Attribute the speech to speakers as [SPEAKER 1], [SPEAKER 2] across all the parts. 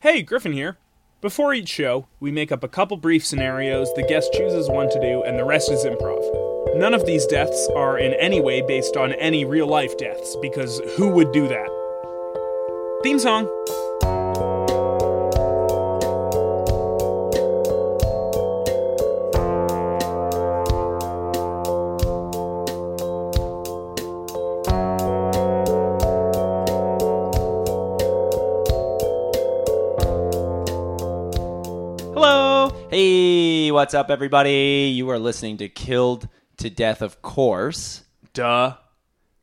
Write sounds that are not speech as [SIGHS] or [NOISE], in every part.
[SPEAKER 1] Hey, Griffin here. Before each show, we make up a couple brief scenarios, the guest chooses one to do, and the rest is improv. None of these deaths are in any way based on any real life deaths, because who would do that? Theme song!
[SPEAKER 2] Hello. Hey, what's up, everybody? You are listening to Killed to Death, of course.
[SPEAKER 1] Duh.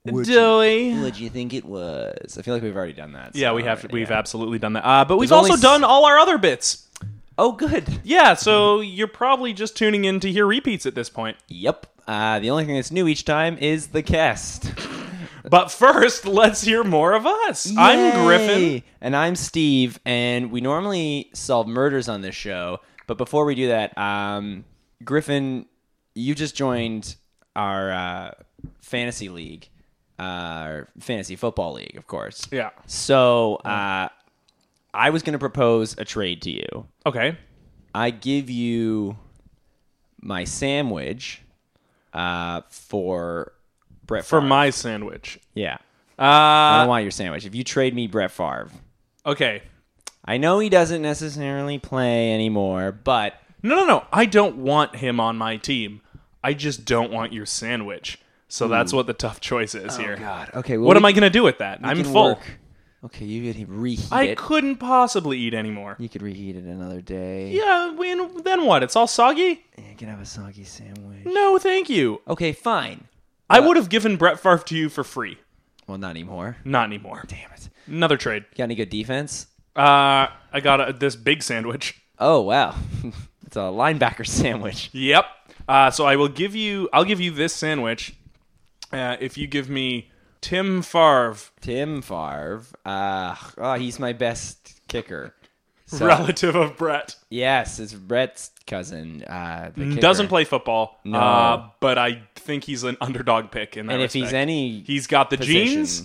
[SPEAKER 2] Would
[SPEAKER 1] Dilly.
[SPEAKER 2] What do you think it was? I feel like we've already done that.
[SPEAKER 1] Yeah,
[SPEAKER 2] so,
[SPEAKER 1] we have
[SPEAKER 2] yeah.
[SPEAKER 1] we've absolutely done that. Uh, but we've
[SPEAKER 2] There's only
[SPEAKER 1] also
[SPEAKER 2] s-
[SPEAKER 1] done all our other bits.
[SPEAKER 2] Oh, good.
[SPEAKER 1] Yeah, so you're probably just tuning in to hear repeats at this point.
[SPEAKER 2] Yep. Uh, the only thing that's new each time is the guest.
[SPEAKER 1] But first, [LAUGHS] let's hear more of us. I'm Griffin.
[SPEAKER 2] Yay. and I'm Steve, and we normally solve murders on this show. But before we do that, um, Griffin, you just joined our uh, fantasy league, uh, our fantasy football league, of course.
[SPEAKER 1] Yeah.
[SPEAKER 2] So uh, I was going to propose a trade to you.
[SPEAKER 1] Okay.
[SPEAKER 2] I give you my sandwich uh, for Brett.
[SPEAKER 1] For
[SPEAKER 2] Favre.
[SPEAKER 1] my sandwich.
[SPEAKER 2] yeah, I
[SPEAKER 1] Uh,
[SPEAKER 2] don't want your sandwich. If you trade me Brett Favre,
[SPEAKER 1] okay.
[SPEAKER 2] I know he doesn't necessarily play anymore, but
[SPEAKER 1] No, no, no. I don't want him on my team. I just don't want your sandwich. So that's what the tough choice is here.
[SPEAKER 2] Hmm. Oh, okay. Well,
[SPEAKER 1] What
[SPEAKER 2] we-
[SPEAKER 1] am I going to do with that?
[SPEAKER 2] we
[SPEAKER 1] I'm
[SPEAKER 2] can
[SPEAKER 1] full.
[SPEAKER 2] work. Okay, you could reheat
[SPEAKER 1] I
[SPEAKER 2] it.
[SPEAKER 1] couldn't possibly eat anymore.
[SPEAKER 2] you could reheat it another day.
[SPEAKER 1] Yeah, when, then what? It's all soggy?
[SPEAKER 2] You can have a soggy sandwich.
[SPEAKER 1] No, thank you.
[SPEAKER 2] Okay, fine.
[SPEAKER 1] I
[SPEAKER 2] Uh,
[SPEAKER 1] would have given Brett Favre to you for free.
[SPEAKER 2] Well, not anymore.
[SPEAKER 1] Not anymore.
[SPEAKER 2] Damn it.
[SPEAKER 1] Another trade.
[SPEAKER 2] Got any good defense?
[SPEAKER 1] Uh, I got a, this big sandwich.
[SPEAKER 2] Oh wow, [LAUGHS] it's a linebacker [LAUGHS] sandwich.
[SPEAKER 1] Yep. Uh, so I will give you. I'll give you this sandwich uh, if you give me Tim Favre
[SPEAKER 2] Tim Favre, uh, oh, he's my best kicker. So,
[SPEAKER 1] relative of Brett.
[SPEAKER 2] Yes, it's Brett's cousin. Uh, the kicker.
[SPEAKER 1] Mm, Doesn't play football,
[SPEAKER 2] No.
[SPEAKER 1] uh, but I think he's an underdog pick in that
[SPEAKER 2] and if he's
[SPEAKER 1] respect.
[SPEAKER 2] any
[SPEAKER 1] he's got the
[SPEAKER 2] position,
[SPEAKER 1] genes.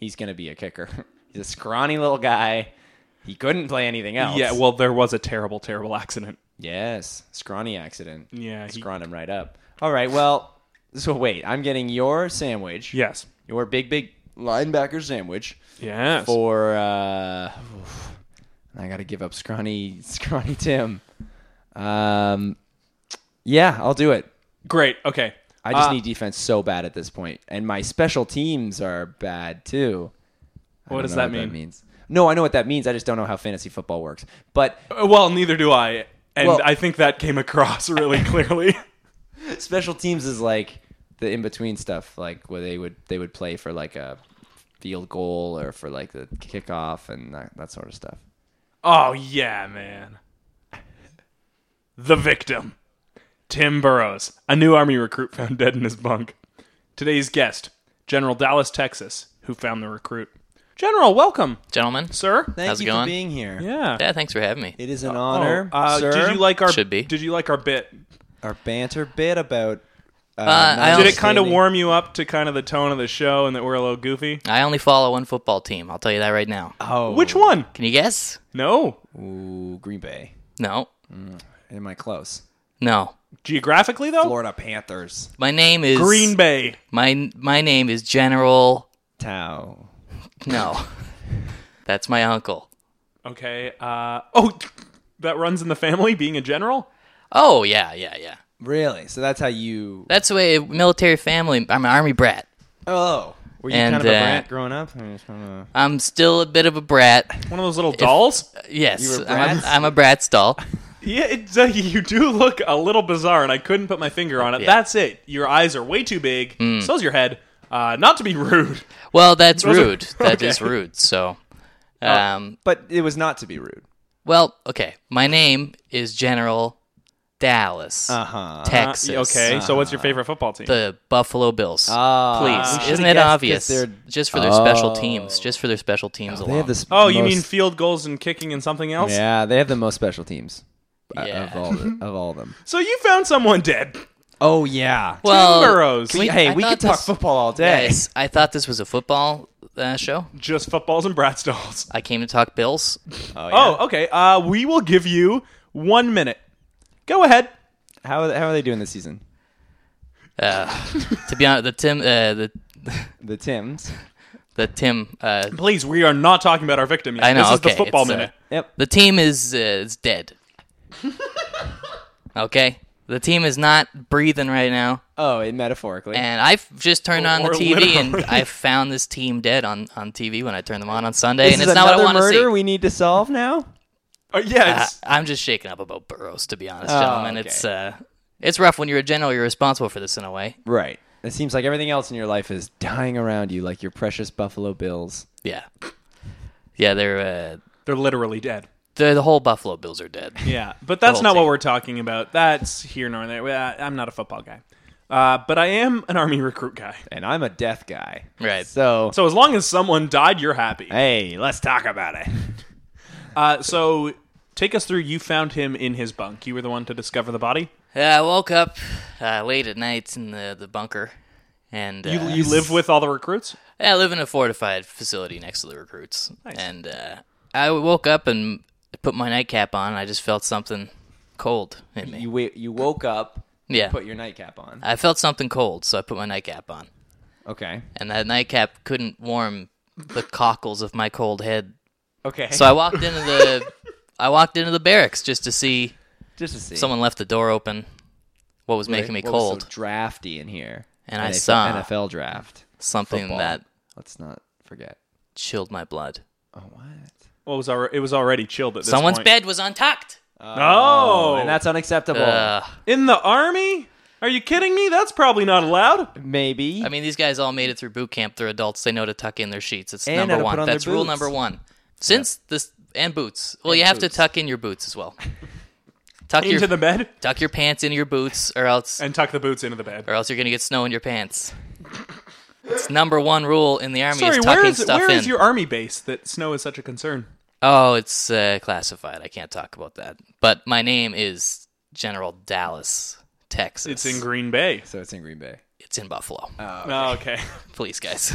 [SPEAKER 2] he's gonna be a kicker. [LAUGHS] he's a scrawny little guy. He couldn't play anything else.
[SPEAKER 1] Yeah, well, there was a terrible, terrible accident.
[SPEAKER 2] yes, scrawny accident.
[SPEAKER 1] Yeah, he-
[SPEAKER 2] scrawny him right up. All right, well, so wait, I'm getting your sandwich.
[SPEAKER 1] Yes,
[SPEAKER 2] your big big linebacker sandwich.
[SPEAKER 1] yes.
[SPEAKER 2] for uh oof. I gotta give up scrawny [LAUGHS] scrawny Tim. Um yeah, I'll do it.
[SPEAKER 1] Great. Okay.
[SPEAKER 2] I just
[SPEAKER 1] Uh,
[SPEAKER 2] need defense so bad at this point. And my special teams are bad too. I
[SPEAKER 1] What
[SPEAKER 2] don't
[SPEAKER 1] does
[SPEAKER 2] know
[SPEAKER 1] that mean?
[SPEAKER 2] means. No, I know what that means. I just don't know how fantasy football works. But
[SPEAKER 1] Uh, Well, neither do I, and
[SPEAKER 2] Well-
[SPEAKER 1] I think that came across really
[SPEAKER 2] [LAUGHS]
[SPEAKER 1] clearly.
[SPEAKER 2] special teams is like the in between stuff, like where they would they would play for like a field goal or for like the kickoff and that, that sort of stuff.
[SPEAKER 1] oh yeah, man. The victim, Tim Burrows, a new army recruit found dead in his bunk. Today's guest, General Dallas, Texas, who found the recruit. General, welcome,
[SPEAKER 3] gentlemen.
[SPEAKER 1] sir.
[SPEAKER 2] Thank
[SPEAKER 3] How's it
[SPEAKER 2] you for
[SPEAKER 3] going?
[SPEAKER 2] being here.
[SPEAKER 1] Yeah.
[SPEAKER 3] Yeah, thanks for having me.
[SPEAKER 2] It is an
[SPEAKER 1] Oh,
[SPEAKER 2] honor,
[SPEAKER 1] uh,
[SPEAKER 2] sir.
[SPEAKER 1] Did you like our
[SPEAKER 3] Should be.
[SPEAKER 1] Did you like our bit?
[SPEAKER 2] our banter bit about? Uh,
[SPEAKER 3] I
[SPEAKER 2] not
[SPEAKER 3] also-
[SPEAKER 1] Did it kind of
[SPEAKER 2] understanding-
[SPEAKER 1] warm you up to kind of the tone of the show and that we're a little goofy?
[SPEAKER 3] I only follow one football team. I'll tell you that right now.
[SPEAKER 2] Oh,
[SPEAKER 1] Which one?
[SPEAKER 3] Can you guess?
[SPEAKER 1] No.
[SPEAKER 2] Ooh, Green Bay.
[SPEAKER 3] No.
[SPEAKER 2] Am I close?
[SPEAKER 3] No.
[SPEAKER 1] Geographically though,
[SPEAKER 2] Florida Panthers.
[SPEAKER 3] My name is
[SPEAKER 1] Green Bay.
[SPEAKER 3] My my name is General.
[SPEAKER 2] Tau. [LAUGHS]
[SPEAKER 3] No. That's my uncle.
[SPEAKER 1] Okay. Uh, oh, that runs in the family, being a general.
[SPEAKER 3] Oh yeah, yeah, yeah.
[SPEAKER 2] Really? So that's how you?
[SPEAKER 3] That's the way a military family. I'm an army brat.
[SPEAKER 2] Oh, were you
[SPEAKER 3] And,
[SPEAKER 2] kind of a
[SPEAKER 3] uh,
[SPEAKER 2] brat growing up? Or just kinda-
[SPEAKER 3] I'm still a bit of a brat.
[SPEAKER 1] One of those little dolls.
[SPEAKER 3] Yes,
[SPEAKER 2] You were
[SPEAKER 3] I'm,
[SPEAKER 2] brats?
[SPEAKER 3] I'm a brat doll.
[SPEAKER 1] Yeah, it's, uh, [LAUGHS] you do look a little bizarre, and I couldn't put my finger on it.
[SPEAKER 3] Yeah. Hmm.
[SPEAKER 1] That's it. Your eyes are way too big. So's your head. Uh, not to be [LAUGHS] rude.
[SPEAKER 3] Well, that's
[SPEAKER 1] Those are-
[SPEAKER 2] [LAUGHS]
[SPEAKER 3] rude. That is
[SPEAKER 1] okay.
[SPEAKER 3] rude. So,
[SPEAKER 2] Oh.
[SPEAKER 3] um,
[SPEAKER 2] But it was not to be rude.
[SPEAKER 3] well, okay. My name is General Dallas,
[SPEAKER 2] Uh huh.
[SPEAKER 1] Uh,
[SPEAKER 3] Texas.
[SPEAKER 1] okay. So, what's your favorite football team?
[SPEAKER 3] Uh, the Buffalo Bills.
[SPEAKER 2] Ah. We
[SPEAKER 3] Please,
[SPEAKER 2] should've
[SPEAKER 3] isn't it
[SPEAKER 2] guessed 'cause
[SPEAKER 3] obvious?
[SPEAKER 2] they're-
[SPEAKER 3] Just for their special teams, just for their special teams
[SPEAKER 2] They have
[SPEAKER 3] alone.
[SPEAKER 2] this.
[SPEAKER 1] oh, you mean field goals and kicking and something else?
[SPEAKER 2] Yeah, they have the most special teams uh,
[SPEAKER 3] Yeah.
[SPEAKER 2] of all the,
[SPEAKER 3] [LAUGHS]
[SPEAKER 2] of all of them.
[SPEAKER 1] So you found someone dead. [LAUGHS]
[SPEAKER 2] Oh yeah.
[SPEAKER 3] well,
[SPEAKER 1] Tim Burrows.
[SPEAKER 3] can we-
[SPEAKER 2] hey,
[SPEAKER 3] I
[SPEAKER 2] we
[SPEAKER 3] thought
[SPEAKER 2] could talk
[SPEAKER 3] this-
[SPEAKER 2] football all day.
[SPEAKER 3] Guys, I thought this was a football uh, show?
[SPEAKER 1] Just footballs and brat stalls.
[SPEAKER 3] I came to talk bills.
[SPEAKER 2] Oh, yeah.
[SPEAKER 1] Oh, okay. Uh, we will give you one minute. Go ahead.
[SPEAKER 2] How, are- how are they doing this season?
[SPEAKER 3] Uh, to be honest, the Tim, uh, the
[SPEAKER 2] The Tims.
[SPEAKER 3] the Tim, uh,
[SPEAKER 1] Please, we are not talking about our victim yet.
[SPEAKER 3] I know.
[SPEAKER 1] This is
[SPEAKER 3] okay,
[SPEAKER 1] the football
[SPEAKER 3] it's, uh,
[SPEAKER 1] minute.
[SPEAKER 2] Yep.
[SPEAKER 3] the team is uh,
[SPEAKER 1] [LAUGHS]
[SPEAKER 3] is dead. okay, the team is not breathing right now,
[SPEAKER 2] Oh, it metaphorically.
[SPEAKER 3] and I've just turned on the
[SPEAKER 1] Or
[SPEAKER 3] TV
[SPEAKER 1] literally.
[SPEAKER 3] and I found this team dead on on TV when I turned them on on Sunday,
[SPEAKER 2] this
[SPEAKER 3] and
[SPEAKER 2] is
[SPEAKER 3] it's not what I
[SPEAKER 2] another
[SPEAKER 3] want to
[SPEAKER 2] murder
[SPEAKER 3] see.
[SPEAKER 2] we need to solve now.
[SPEAKER 1] Uh, yeah,
[SPEAKER 3] Uh,
[SPEAKER 1] it's-
[SPEAKER 3] I'm just shaken up about Burrows, to be honest,
[SPEAKER 2] Oh,
[SPEAKER 3] gentlemen.
[SPEAKER 2] okay.
[SPEAKER 3] It's uh, it's rough when you're a general. You're responsible for this in a way.
[SPEAKER 2] Right. It seems like everything else in your life is dying around you, like your precious Buffalo Bills.
[SPEAKER 3] Yeah, yeah. They're uh,
[SPEAKER 1] they're literally dead.
[SPEAKER 3] they're the whole Buffalo Bills are dead.
[SPEAKER 1] Yeah, but that's
[SPEAKER 3] whole
[SPEAKER 1] not what
[SPEAKER 3] team.
[SPEAKER 1] we're talking about. That's here nor there. Well, I'm not a football guy, uh, but I am an army [LAUGHS] recruit guy.
[SPEAKER 2] And I'm a death guy.
[SPEAKER 3] Right.
[SPEAKER 2] So,
[SPEAKER 1] So as long as someone died, you're happy.
[SPEAKER 2] hey, let's talk about
[SPEAKER 3] [LAUGHS]
[SPEAKER 2] it.
[SPEAKER 1] Uh, so take us through. You found him in his bunk. You were the one to discover the body.
[SPEAKER 3] Yeah, I woke up uh, late at night in the, the bunker, and uh,
[SPEAKER 1] You, you live with all the recruits.
[SPEAKER 3] I live in a fortified facility next to the recruits, and uh, I woke up and put my nightcap on. and I just felt something cold in me.
[SPEAKER 2] You wa- you woke up,
[SPEAKER 3] yeah,
[SPEAKER 2] put your nightcap on.
[SPEAKER 3] I felt something cold, so I put my nightcap on,
[SPEAKER 2] Uh, Okay.
[SPEAKER 3] and that nightcap couldn't warm
[SPEAKER 2] [LAUGHS]
[SPEAKER 3] the cockles of my cold head.
[SPEAKER 2] Okay.
[SPEAKER 3] So I walked into the I walked into the barracks just to see
[SPEAKER 2] just to see
[SPEAKER 3] someone left the door open. What was making me
[SPEAKER 2] What was so
[SPEAKER 3] cold?
[SPEAKER 2] drafty in here,
[SPEAKER 3] And I
[SPEAKER 2] NFL
[SPEAKER 3] saw
[SPEAKER 2] NFL draft
[SPEAKER 3] Something
[SPEAKER 2] football.
[SPEAKER 3] that
[SPEAKER 2] Let's not forget.
[SPEAKER 3] chilled my blood.
[SPEAKER 2] Oh, what?
[SPEAKER 1] Well, it was already, it was already chilled at this
[SPEAKER 3] Someone's
[SPEAKER 1] point.
[SPEAKER 3] bed was untucked.
[SPEAKER 1] Oh,
[SPEAKER 2] and that's unacceptable.
[SPEAKER 3] Uh,
[SPEAKER 1] in the army. Are you kidding me? That's probably not allowed.
[SPEAKER 2] Maybe.
[SPEAKER 3] I mean, these guys all made it through boot camp. They're adults. They know to tuck in their sheets. It's
[SPEAKER 2] And how
[SPEAKER 3] number
[SPEAKER 2] to put
[SPEAKER 3] one.
[SPEAKER 2] on their
[SPEAKER 3] That's rule
[SPEAKER 2] boots.
[SPEAKER 3] number one. Since this and boots. Well, you have
[SPEAKER 2] boots.
[SPEAKER 3] to tuck in your boots
[SPEAKER 1] [LAUGHS]
[SPEAKER 3] as well. Tuck
[SPEAKER 1] Into
[SPEAKER 3] your
[SPEAKER 1] the bed
[SPEAKER 3] tuck your pants into your boots, or else
[SPEAKER 1] and tuck the boots into the bed.
[SPEAKER 3] or else you're gonna get snow in your pants. It's number one rule in the army
[SPEAKER 1] Sorry,
[SPEAKER 3] is tucking
[SPEAKER 1] where is
[SPEAKER 3] stuff
[SPEAKER 1] where
[SPEAKER 3] in.
[SPEAKER 1] is your army base that snow is such a concern?
[SPEAKER 3] Oh, it's uh, classified. I can't talk about that. But my name is General Dallas, Texas.
[SPEAKER 1] It's in Green Bay.
[SPEAKER 2] so it's in Green Bay.
[SPEAKER 3] It's in Buffalo.
[SPEAKER 1] Oh, okay. [LAUGHS]
[SPEAKER 3] Please, guys.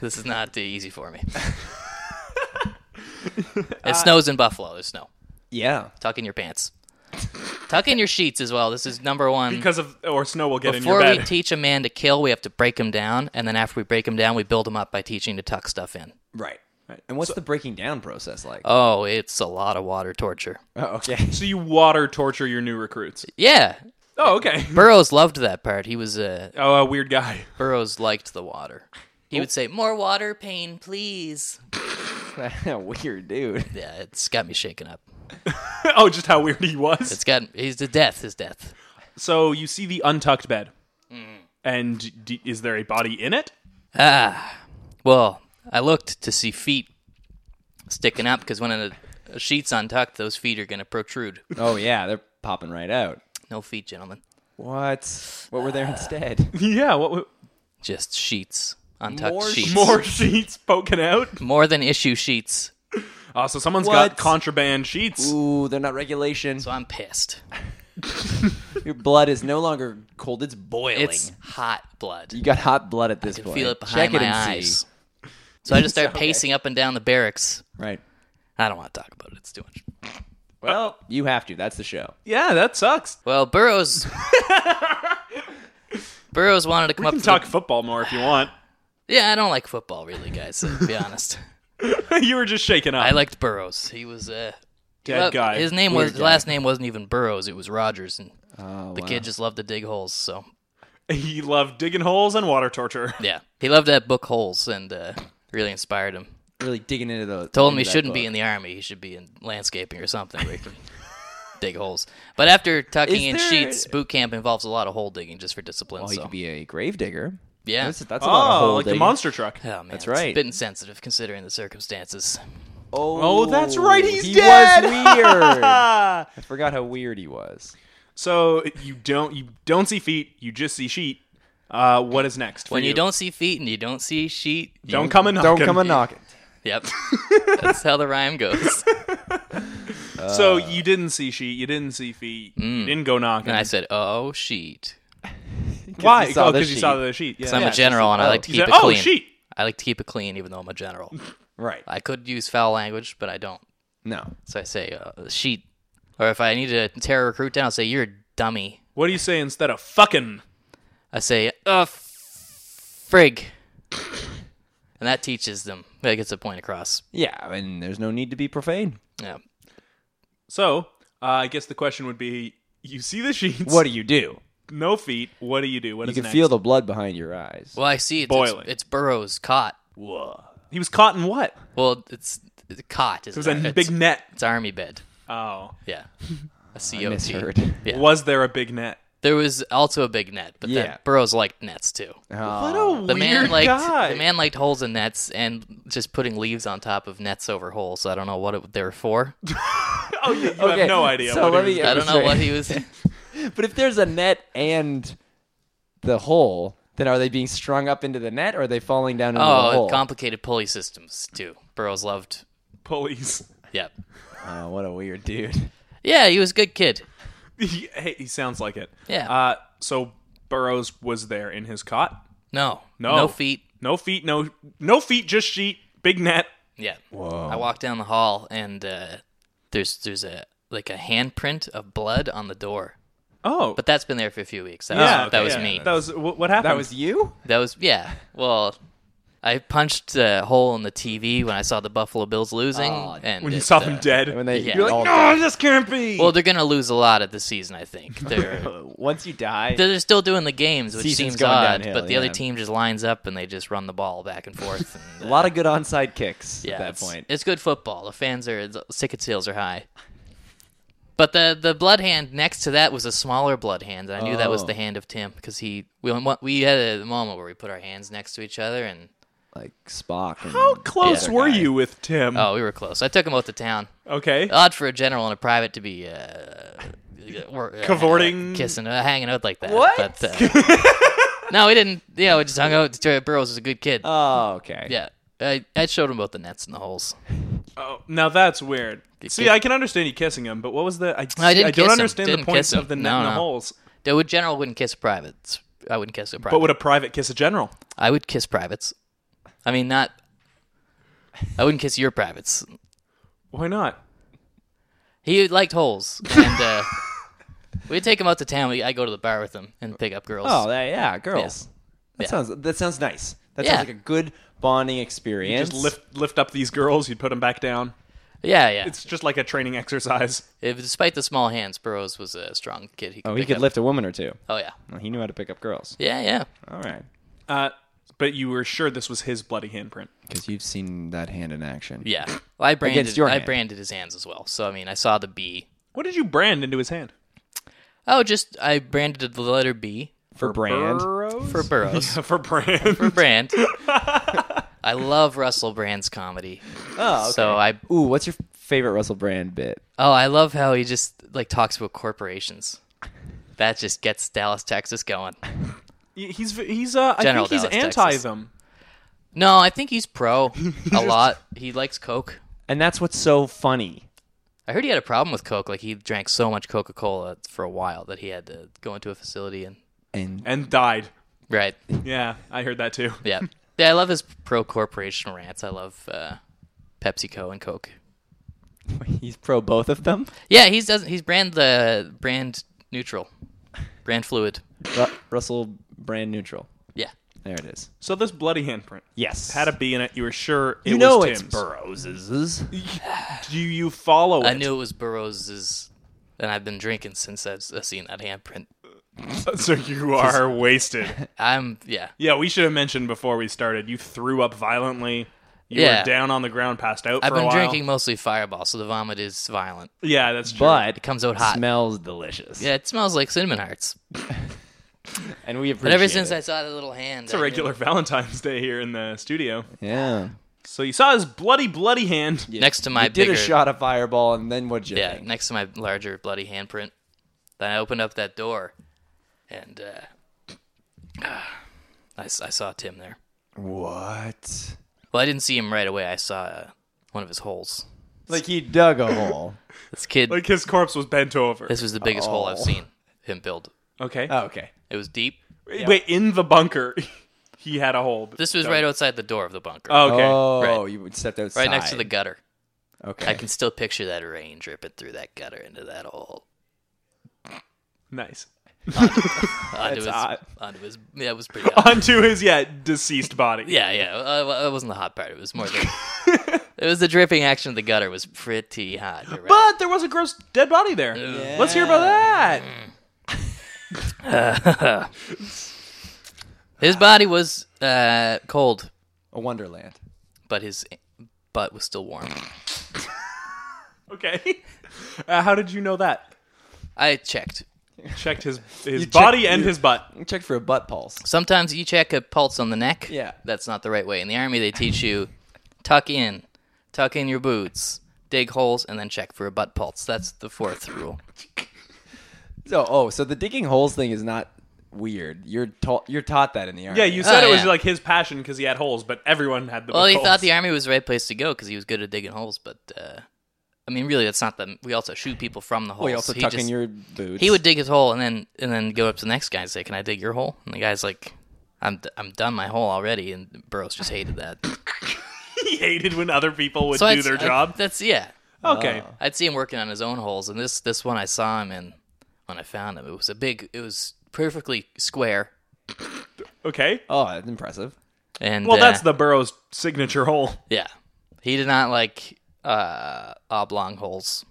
[SPEAKER 3] this is not uh, easy for me.
[SPEAKER 1] Uh,
[SPEAKER 3] it snows in Buffalo. There's snow.
[SPEAKER 2] Yeah.
[SPEAKER 3] Tuck in your pants. Tuck in your sheets as well. This is number
[SPEAKER 2] Mm-hmm.
[SPEAKER 3] one.
[SPEAKER 1] Because of or snow will get
[SPEAKER 3] Before
[SPEAKER 1] in your
[SPEAKER 3] we
[SPEAKER 1] bed.
[SPEAKER 3] teach a man to kill, we have to break him down, and then after we break him down, we build him up by teaching to tuck stuff in.
[SPEAKER 2] Right. And what's the breaking down process like?
[SPEAKER 3] Oh, it's a lot of water torture.
[SPEAKER 2] Oh, [LAUGHS] okay.
[SPEAKER 1] so you water torture your new recruits.
[SPEAKER 3] Yeah,
[SPEAKER 1] Oh, okay.
[SPEAKER 2] [LAUGHS]
[SPEAKER 3] Burroughs loved that part. He was uh,
[SPEAKER 1] Oh, a weird guy. [LAUGHS]
[SPEAKER 3] Burroughs liked the water. He
[SPEAKER 1] Oh.
[SPEAKER 3] would say, "More water, pain, please."
[SPEAKER 2] [LAUGHS] Weird dude.
[SPEAKER 3] Yeah, it's got me shaken up.
[SPEAKER 1] oh, just how weird he was.
[SPEAKER 3] It's got he's the death, his death.
[SPEAKER 1] So you see the untucked bed,
[SPEAKER 2] Mm-hmm.
[SPEAKER 1] and d- is there a body in it? [LAUGHS]
[SPEAKER 3] Ah, well, I looked to see feet sticking up because when a, a sheet's untucked, those feet are going to protrude.
[SPEAKER 2] Oh yeah, they're popping right out.
[SPEAKER 3] No feet, gentlemen,
[SPEAKER 2] What? What were
[SPEAKER 1] [LAUGHS]
[SPEAKER 2] there instead?
[SPEAKER 1] Yeah. What?
[SPEAKER 2] [LAUGHS]
[SPEAKER 1] w-
[SPEAKER 3] just sheets, untucked
[SPEAKER 2] More
[SPEAKER 3] sheets,
[SPEAKER 1] More sheets poking out.
[SPEAKER 3] More than issue sheets.
[SPEAKER 1] Oh, so someone's
[SPEAKER 2] What?
[SPEAKER 1] got contraband sheets.
[SPEAKER 2] Ooh, they're not regulation.
[SPEAKER 3] So I'm pissed.
[SPEAKER 2] Your blood is no longer cold; it's boiling.
[SPEAKER 3] It's hot blood.
[SPEAKER 2] you got hot blood at this
[SPEAKER 3] I can
[SPEAKER 2] point.
[SPEAKER 3] feel it behind
[SPEAKER 2] Check
[SPEAKER 3] my
[SPEAKER 2] it and
[SPEAKER 3] eyes.
[SPEAKER 2] see.
[SPEAKER 3] So I just
[SPEAKER 1] [LAUGHS]
[SPEAKER 3] start pacing up and down the barracks.
[SPEAKER 2] Right.
[SPEAKER 3] I don't want to talk about it. It's too much.
[SPEAKER 2] Well, you have to. That's the show.
[SPEAKER 1] Yeah, that
[SPEAKER 2] [LAUGHS]
[SPEAKER 1] sucks.
[SPEAKER 3] Well,
[SPEAKER 1] [LAUGHS]
[SPEAKER 3] Burrows. Burrows wanted to come
[SPEAKER 1] We
[SPEAKER 3] up
[SPEAKER 1] can
[SPEAKER 3] to
[SPEAKER 1] talk
[SPEAKER 3] the-
[SPEAKER 1] football more if you want. [LAUGHS]
[SPEAKER 3] Yeah, I don't like football really, guys. To be honest,
[SPEAKER 1] you were just shaking up.
[SPEAKER 3] I liked Burrows. He was uh, he
[SPEAKER 1] Dead
[SPEAKER 3] loved-
[SPEAKER 1] guy.
[SPEAKER 3] His name
[SPEAKER 2] Weird
[SPEAKER 3] was his
[SPEAKER 2] guy.
[SPEAKER 3] last name wasn't even Burrows. It was Rogers, and
[SPEAKER 2] Oh,
[SPEAKER 3] the kid just loved to dig holes. So
[SPEAKER 1] [LAUGHS] he loved digging holes and water torture.
[SPEAKER 3] yeah, he loved that book holes, and uh, really inspired him.
[SPEAKER 2] really digging into the.
[SPEAKER 3] Told him he shouldn't be in the army. He should be in landscaping or something. Where he can [LAUGHS] dig holes. But after tucking
[SPEAKER 2] Is
[SPEAKER 3] in
[SPEAKER 2] there-
[SPEAKER 3] sheets, boot camp involves a lot of hole digging just for discipline.
[SPEAKER 2] Well, you
[SPEAKER 3] so
[SPEAKER 2] Oh, could be a grave digger.
[SPEAKER 3] Yeah.
[SPEAKER 2] That's, that's a lot of eh?
[SPEAKER 1] Oh,
[SPEAKER 2] hole
[SPEAKER 1] like the
[SPEAKER 2] digging.
[SPEAKER 1] monster
[SPEAKER 2] [LAUGHS]
[SPEAKER 1] truck.
[SPEAKER 3] Oh, man, that's
[SPEAKER 2] right.
[SPEAKER 3] It's a bit insensitive considering the circumstances.
[SPEAKER 2] Oh,
[SPEAKER 1] Oh, that's right, he's
[SPEAKER 2] he
[SPEAKER 1] dead!
[SPEAKER 2] was weird. I forgot how weird he was.
[SPEAKER 1] So you don't you don't see feet. You just see sheet. Uh, what is next? for
[SPEAKER 3] When you don't see feet and you don't see sheet, you-
[SPEAKER 1] don't come and
[SPEAKER 2] Don't come and knock it.
[SPEAKER 3] yep, [LAUGHS] that's how the rhyme goes.
[SPEAKER 1] So you didn't see sheet. You didn't see feet.
[SPEAKER 3] Mm.
[SPEAKER 1] You didn't go knocking.
[SPEAKER 3] And I said, "Oh sheet."
[SPEAKER 1] Why?
[SPEAKER 2] you saw
[SPEAKER 1] oh,
[SPEAKER 2] the
[SPEAKER 1] because Oh, you saw
[SPEAKER 2] sheet.
[SPEAKER 1] the sheet. Yeah.
[SPEAKER 3] I'm
[SPEAKER 1] Yeah.
[SPEAKER 3] a general and I
[SPEAKER 2] oh.
[SPEAKER 3] like to
[SPEAKER 1] You
[SPEAKER 3] keep
[SPEAKER 1] said,
[SPEAKER 3] it
[SPEAKER 1] oh,
[SPEAKER 3] clean.
[SPEAKER 1] sheet.
[SPEAKER 3] I like to keep it clean, even though I'm a general.
[SPEAKER 2] Right.
[SPEAKER 3] I could use foul language, but I don't.
[SPEAKER 2] No.
[SPEAKER 3] So I say uh, sheet, or if I need to tear a recruit down, I'll say you're a dummy.
[SPEAKER 1] What do you say instead of fucking?
[SPEAKER 3] I say uh, f- frig, and that teaches them. That gets a point across.
[SPEAKER 2] Yeah, I mean, there's no need to be profane.
[SPEAKER 3] Yeah.
[SPEAKER 1] So, uh, I guess the question would be: You see the sheets?
[SPEAKER 2] What do you do?
[SPEAKER 1] No feet. What do you do? What
[SPEAKER 2] You
[SPEAKER 1] is
[SPEAKER 2] can
[SPEAKER 1] next?
[SPEAKER 2] feel the blood behind your eyes.
[SPEAKER 3] Well, I see it's
[SPEAKER 1] Boiling.
[SPEAKER 3] It's, it's Burrows caught.
[SPEAKER 1] Whoa. He was caught in what?
[SPEAKER 3] Well, it's, it's caught.
[SPEAKER 1] It was a big net.
[SPEAKER 3] It's army bed.
[SPEAKER 1] Oh, [LAUGHS]
[SPEAKER 3] Yeah. A COT.
[SPEAKER 2] I misheard.
[SPEAKER 3] Yeah.
[SPEAKER 1] was there a big net?
[SPEAKER 3] There was also a big net, but
[SPEAKER 2] Yeah.
[SPEAKER 3] then Burrows liked nets too.
[SPEAKER 2] [LAUGHS] Oh,
[SPEAKER 1] What a
[SPEAKER 3] The
[SPEAKER 1] weird
[SPEAKER 3] man liked
[SPEAKER 1] guy.
[SPEAKER 3] the man liked holes in nets and just putting leaves on top of nets over holes. I don't know what it, they were for.
[SPEAKER 1] oh, you, you
[SPEAKER 2] Okay,
[SPEAKER 1] have no idea.
[SPEAKER 2] so
[SPEAKER 1] what
[SPEAKER 2] let
[SPEAKER 1] he
[SPEAKER 2] me-
[SPEAKER 1] was-
[SPEAKER 3] I don't know
[SPEAKER 2] sorry.
[SPEAKER 3] what he was.
[SPEAKER 1] [LAUGHS]
[SPEAKER 3] [LAUGHS]
[SPEAKER 2] But if there's a net and the hole, then are they being strung up into the net or are they falling down into the
[SPEAKER 3] Oh,
[SPEAKER 2] hole?
[SPEAKER 3] complicated pulley systems too. Burrows loved.
[SPEAKER 1] Pulleys.
[SPEAKER 3] Yep.
[SPEAKER 2] oh, what a weird dude. [LAUGHS]
[SPEAKER 3] Yeah, he was a good kid.
[SPEAKER 1] [LAUGHS] He, hey, he sounds like it.
[SPEAKER 3] Yeah.
[SPEAKER 1] Uh, so Burrows was there in his cot.
[SPEAKER 3] No,
[SPEAKER 1] No.
[SPEAKER 3] no feet.
[SPEAKER 1] No feet. No. No feet. Just sheet. Big net.
[SPEAKER 3] Yeah. I walk down the hall and uh, there's there's a like a handprint of blood on the door.
[SPEAKER 1] Oh.
[SPEAKER 3] But that's been there for a few weeks. That
[SPEAKER 1] yeah,
[SPEAKER 3] was, that was
[SPEAKER 1] yeah.
[SPEAKER 3] me.
[SPEAKER 1] That was what, what happened.
[SPEAKER 2] That was you?
[SPEAKER 3] That was yeah. Well, I punched a hole in the TV when I saw the Buffalo Bills losing,
[SPEAKER 2] Oh,
[SPEAKER 3] and
[SPEAKER 1] when you
[SPEAKER 3] it,
[SPEAKER 1] saw
[SPEAKER 3] uh,
[SPEAKER 1] them dead.
[SPEAKER 2] When they
[SPEAKER 3] Yeah.
[SPEAKER 2] you're
[SPEAKER 1] like,
[SPEAKER 2] like,
[SPEAKER 1] no, this can't be.
[SPEAKER 3] Well, they're gonna lose a lot at the season,
[SPEAKER 2] [LAUGHS]
[SPEAKER 3] I think. They're
[SPEAKER 2] "No." Once you die,
[SPEAKER 3] they're still doing the games, which
[SPEAKER 2] Season's
[SPEAKER 3] seems
[SPEAKER 2] going
[SPEAKER 3] odd.
[SPEAKER 2] downhill,
[SPEAKER 3] but the
[SPEAKER 2] yeah.
[SPEAKER 3] other team just lines up and they just run the ball back
[SPEAKER 2] [LAUGHS]
[SPEAKER 3] and forth.
[SPEAKER 2] a
[SPEAKER 3] And, uh,
[SPEAKER 2] lot of good onside kicks
[SPEAKER 3] yeah,
[SPEAKER 2] at that
[SPEAKER 3] it's,
[SPEAKER 2] point.
[SPEAKER 3] it's good football. The fans are the ticket sales are high. But the the blood hand next to that was a smaller blood hand, and I knew that was
[SPEAKER 2] Oh.
[SPEAKER 3] the hand of Tim because he we we had a moment where we put our hands next to each other and
[SPEAKER 2] Like Spock. And
[SPEAKER 1] How close
[SPEAKER 2] other
[SPEAKER 1] were
[SPEAKER 2] guy.
[SPEAKER 1] you with Tim?
[SPEAKER 3] oh we were close. I took him out to town.
[SPEAKER 1] Okay.
[SPEAKER 3] odd for a general and a private to be uh, or, uh,
[SPEAKER 1] Cavorting?
[SPEAKER 3] kissing, uh, hanging out like that. What? But,
[SPEAKER 1] [LAUGHS]
[SPEAKER 3] uh, no, we didn't. Yeah, we just hung out. Terry Burrows was a good kid.
[SPEAKER 2] Oh, okay.
[SPEAKER 3] yeah, I, I showed him about the nets and the holes.
[SPEAKER 1] Oh, now that's weird. See,
[SPEAKER 3] kiss-
[SPEAKER 1] I can understand you kissing him, but what was the? I,
[SPEAKER 3] I
[SPEAKER 1] don't
[SPEAKER 3] didn't kiss him.
[SPEAKER 1] understand the
[SPEAKER 3] Didn't
[SPEAKER 1] points
[SPEAKER 3] kiss him.
[SPEAKER 1] of the net
[SPEAKER 3] No,
[SPEAKER 1] and the
[SPEAKER 3] no.
[SPEAKER 1] holes.
[SPEAKER 3] The would- general wouldn't kiss privates. I wouldn't kiss a private.
[SPEAKER 1] But would a private kiss a general?
[SPEAKER 3] I would kiss privates. I mean, not. I wouldn't kiss your privates.
[SPEAKER 1] Why not?
[SPEAKER 3] He liked holes,
[SPEAKER 1] [LAUGHS]
[SPEAKER 3] and uh, we'd take him out to town. We, I go to the bar with him and pick up girls.
[SPEAKER 2] Oh, that, yeah, girls.
[SPEAKER 3] Yes.
[SPEAKER 2] That
[SPEAKER 3] Yeah.
[SPEAKER 2] sounds that sounds nice. That
[SPEAKER 3] Yeah.
[SPEAKER 2] sounds like a good bonding experience.
[SPEAKER 1] Just lift lift up these girls. You'd put them back down.
[SPEAKER 3] yeah, yeah.
[SPEAKER 1] It's just like a training exercise.
[SPEAKER 3] If, despite the small hands, Burrows was a strong kid. He could
[SPEAKER 2] Oh, he
[SPEAKER 3] pick
[SPEAKER 2] could
[SPEAKER 3] up-
[SPEAKER 2] lift a woman or two.
[SPEAKER 3] Oh yeah,
[SPEAKER 2] Well, he knew how to pick up girls.
[SPEAKER 3] yeah, yeah.
[SPEAKER 2] All right.
[SPEAKER 1] Uh, but you were sure this was his bloody handprint.
[SPEAKER 2] Because you've seen that hand in action.
[SPEAKER 3] Yeah. Well, I branded
[SPEAKER 2] your
[SPEAKER 3] I
[SPEAKER 2] hand.
[SPEAKER 3] branded his hands as well. So I mean, I saw the B.
[SPEAKER 1] What did you brand into his hand?
[SPEAKER 3] Oh, just I branded the letter B
[SPEAKER 2] For, brand.
[SPEAKER 1] Burrows?
[SPEAKER 2] [LAUGHS]
[SPEAKER 3] for Burrows.
[SPEAKER 1] [LAUGHS] for brand.
[SPEAKER 3] for Brand. I love Russell Brand's comedy.
[SPEAKER 2] Oh,
[SPEAKER 3] So I
[SPEAKER 2] Ooh, what's your favorite Russell Brand bit?
[SPEAKER 3] oh, I love how he just like talks about corporations. That just gets Dallas, Texas going.
[SPEAKER 1] he's he's uh, I
[SPEAKER 3] General
[SPEAKER 1] think he's
[SPEAKER 3] Dallas,
[SPEAKER 1] anti
[SPEAKER 3] Texas.
[SPEAKER 1] them.
[SPEAKER 3] No, I think
[SPEAKER 2] [LAUGHS]
[SPEAKER 3] he's pro a lot. He likes Coke.
[SPEAKER 2] And that's what's so funny.
[SPEAKER 3] I heard he had a problem with Coke. Like he drank so much Coca Cola for a while that he had to go into a facility and
[SPEAKER 2] And
[SPEAKER 1] and died.
[SPEAKER 3] right.
[SPEAKER 1] Yeah, I heard that too.
[SPEAKER 3] Yeah, yeah. I love his pro corporation rants. I love uh, PepsiCo and Coke.
[SPEAKER 2] [LAUGHS] he's pro both of them.
[SPEAKER 3] Yeah, he's doesn't he's brand the brand neutral, brand fluid.
[SPEAKER 2] Ru- Russell Brand neutral.
[SPEAKER 3] Yeah,
[SPEAKER 2] There it is.
[SPEAKER 1] So this bloody handprint
[SPEAKER 2] Yes.
[SPEAKER 1] had a B in it. You were sure it
[SPEAKER 2] you know
[SPEAKER 1] was
[SPEAKER 2] it's
[SPEAKER 1] Tim's.
[SPEAKER 2] Burrows's.
[SPEAKER 1] Do you follow it?
[SPEAKER 3] I knew it was Burroughs's, and I've been drinking since I've, I've seen that handprint.
[SPEAKER 1] [LAUGHS] So you
[SPEAKER 3] [LAUGHS]
[SPEAKER 1] are wasted.
[SPEAKER 3] I'm yeah.
[SPEAKER 1] Yeah, we should have mentioned before we started. You threw up violently. You
[SPEAKER 3] Yeah.
[SPEAKER 1] were down on the ground, passed out.
[SPEAKER 3] I've
[SPEAKER 1] for a
[SPEAKER 3] been
[SPEAKER 1] while.
[SPEAKER 3] drinking mostly Fireball, so the vomit is violent.
[SPEAKER 1] Yeah, that's true.
[SPEAKER 2] But
[SPEAKER 3] It comes out hot.
[SPEAKER 2] Smells delicious.
[SPEAKER 3] Yeah, it smells like cinnamon hearts.
[SPEAKER 2] And we appreciate
[SPEAKER 3] But ever since
[SPEAKER 2] it.
[SPEAKER 3] I saw that little hand,
[SPEAKER 1] it's a
[SPEAKER 3] [LAUGHS]
[SPEAKER 1] regular Valentine's Day here in the studio.
[SPEAKER 2] Yeah.
[SPEAKER 1] So you saw his bloody, bloody hand.
[SPEAKER 3] next to my
[SPEAKER 2] you did
[SPEAKER 3] bigger,
[SPEAKER 2] a shot of fireball and then what'd you
[SPEAKER 3] yeah,
[SPEAKER 2] think?
[SPEAKER 3] next to my larger bloody handprint. Then I opened up that door, and uh, [SIGHS] I, s- I saw Tim there.
[SPEAKER 2] What?
[SPEAKER 3] Well, I didn't see him right away. I saw uh, one of his holes.
[SPEAKER 2] Like he dug a
[SPEAKER 1] [LAUGHS]
[SPEAKER 2] hole.
[SPEAKER 3] This kid,
[SPEAKER 1] Like his corpse was bent over.
[SPEAKER 3] this was the biggest hole I've
[SPEAKER 2] Oh.
[SPEAKER 3] seen him build.
[SPEAKER 1] Okay.
[SPEAKER 2] Oh, okay.
[SPEAKER 3] It was deep.
[SPEAKER 1] Wait, in the bunker. [LAUGHS] he had a hold.
[SPEAKER 3] This was
[SPEAKER 1] So-
[SPEAKER 3] right outside the door of the bunker,
[SPEAKER 1] Oh, okay.
[SPEAKER 2] Oh, you stepped outside.
[SPEAKER 3] right next to the gutter.
[SPEAKER 2] Okay.
[SPEAKER 3] I can still picture that rain dripping through that gutter into that hole.
[SPEAKER 1] Nice.
[SPEAKER 3] Onto his,
[SPEAKER 2] hot.
[SPEAKER 3] onto his, yeah, it
[SPEAKER 1] [LAUGHS]
[SPEAKER 3] was pretty hot.
[SPEAKER 1] Onto his yet deceased body.
[SPEAKER 3] Yeah, yeah. Uh, well, that wasn't the hot part. It was more the.
[SPEAKER 2] [LAUGHS]
[SPEAKER 3] it was the dripping action of the gutter was pretty hot. You're right.
[SPEAKER 1] But there was a gross dead body there. Let's hear about that.
[SPEAKER 3] his body was uh, cold,
[SPEAKER 2] a Wonderland.
[SPEAKER 3] but his butt was still warm.
[SPEAKER 1] Okay. [LAUGHS] Uh, how did you know that?
[SPEAKER 3] I checked.
[SPEAKER 1] Checked his his
[SPEAKER 2] check-
[SPEAKER 1] body and
[SPEAKER 2] you-
[SPEAKER 1] his butt.
[SPEAKER 2] Check for a butt pulse.
[SPEAKER 3] Sometimes you check a pulse on the neck.
[SPEAKER 2] Yeah.
[SPEAKER 3] That's not the right way. In the army, they teach you tuck in, tuck in your boots, dig holes, and then check for a butt pulse. That's the fourth
[SPEAKER 2] [LAUGHS]
[SPEAKER 3] rule.
[SPEAKER 2] So, oh, so the digging holes thing is not weird. You're taught you're taught that in the army.
[SPEAKER 1] Yeah, you said
[SPEAKER 3] Oh,
[SPEAKER 1] it was
[SPEAKER 3] yeah.
[SPEAKER 1] like his passion because he had holes, but everyone had the.
[SPEAKER 3] Well,
[SPEAKER 1] butt
[SPEAKER 3] he
[SPEAKER 1] holes.
[SPEAKER 3] thought the army was the right place to go because he was good at digging holes, but uh, I mean, really, that's not the. We also shoot people from the holes.
[SPEAKER 2] Well, you also
[SPEAKER 3] He
[SPEAKER 2] tuck in
[SPEAKER 3] just-
[SPEAKER 2] your boots.
[SPEAKER 3] He would dig his hole and then and then go up to the next guy and say, "Can I dig your hole?" And the guy's like, "I'm d- I'm done my hole already." And Burroughs just hated
[SPEAKER 1] [LAUGHS]
[SPEAKER 3] that.
[SPEAKER 1] [LAUGHS] he hated when other people would
[SPEAKER 3] So
[SPEAKER 1] do
[SPEAKER 3] I'd-
[SPEAKER 1] their
[SPEAKER 3] I'd-
[SPEAKER 1] job.
[SPEAKER 3] That's yeah.
[SPEAKER 1] okay.
[SPEAKER 3] I'd see him working on his own holes, and this this one I saw him in when I found him. It was a big. It was perfectly square.
[SPEAKER 1] Okay.
[SPEAKER 2] Oh, that's impressive.
[SPEAKER 3] And
[SPEAKER 1] Well,
[SPEAKER 3] uh,
[SPEAKER 1] that's the Burroughs signature hole.
[SPEAKER 3] yeah. He did not like uh, oblong holes.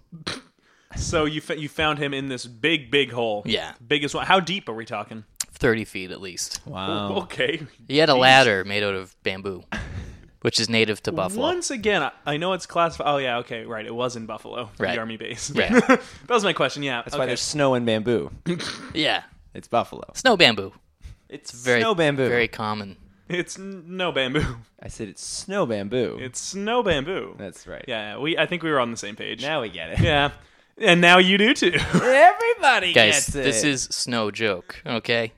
[SPEAKER 1] So you f- you found him in this big, big hole.
[SPEAKER 3] Yeah.
[SPEAKER 1] Biggest one. How deep are we talking?
[SPEAKER 3] 30 feet at least.
[SPEAKER 2] Wow.
[SPEAKER 1] Okay.
[SPEAKER 3] He had a ladder made out of bamboo, which is native
[SPEAKER 1] [LAUGHS]
[SPEAKER 3] to Buffalo.
[SPEAKER 1] Once again, I- I know it's classified. Oh yeah, okay, right. It was in Buffalo,
[SPEAKER 3] Right.
[SPEAKER 1] the army base.
[SPEAKER 3] Right.
[SPEAKER 1] [LAUGHS] that was my question. Yeah,
[SPEAKER 2] That's why there's snow and bamboo.
[SPEAKER 3] Yeah.
[SPEAKER 2] It's buffalo.
[SPEAKER 3] Snow bamboo.
[SPEAKER 2] It's
[SPEAKER 3] Very
[SPEAKER 2] snow bamboo.
[SPEAKER 3] Very common.
[SPEAKER 1] It's n- no bamboo.
[SPEAKER 2] I said it's snow bamboo.
[SPEAKER 1] It's no bamboo.
[SPEAKER 2] that's right.
[SPEAKER 1] yeah. We I think we were on the same page.
[SPEAKER 2] Now we get it. [LAUGHS]
[SPEAKER 1] Yeah, and now you do too. [LAUGHS]
[SPEAKER 2] Everybody
[SPEAKER 3] Guys,
[SPEAKER 2] gets it.
[SPEAKER 3] this is snow joke, okay?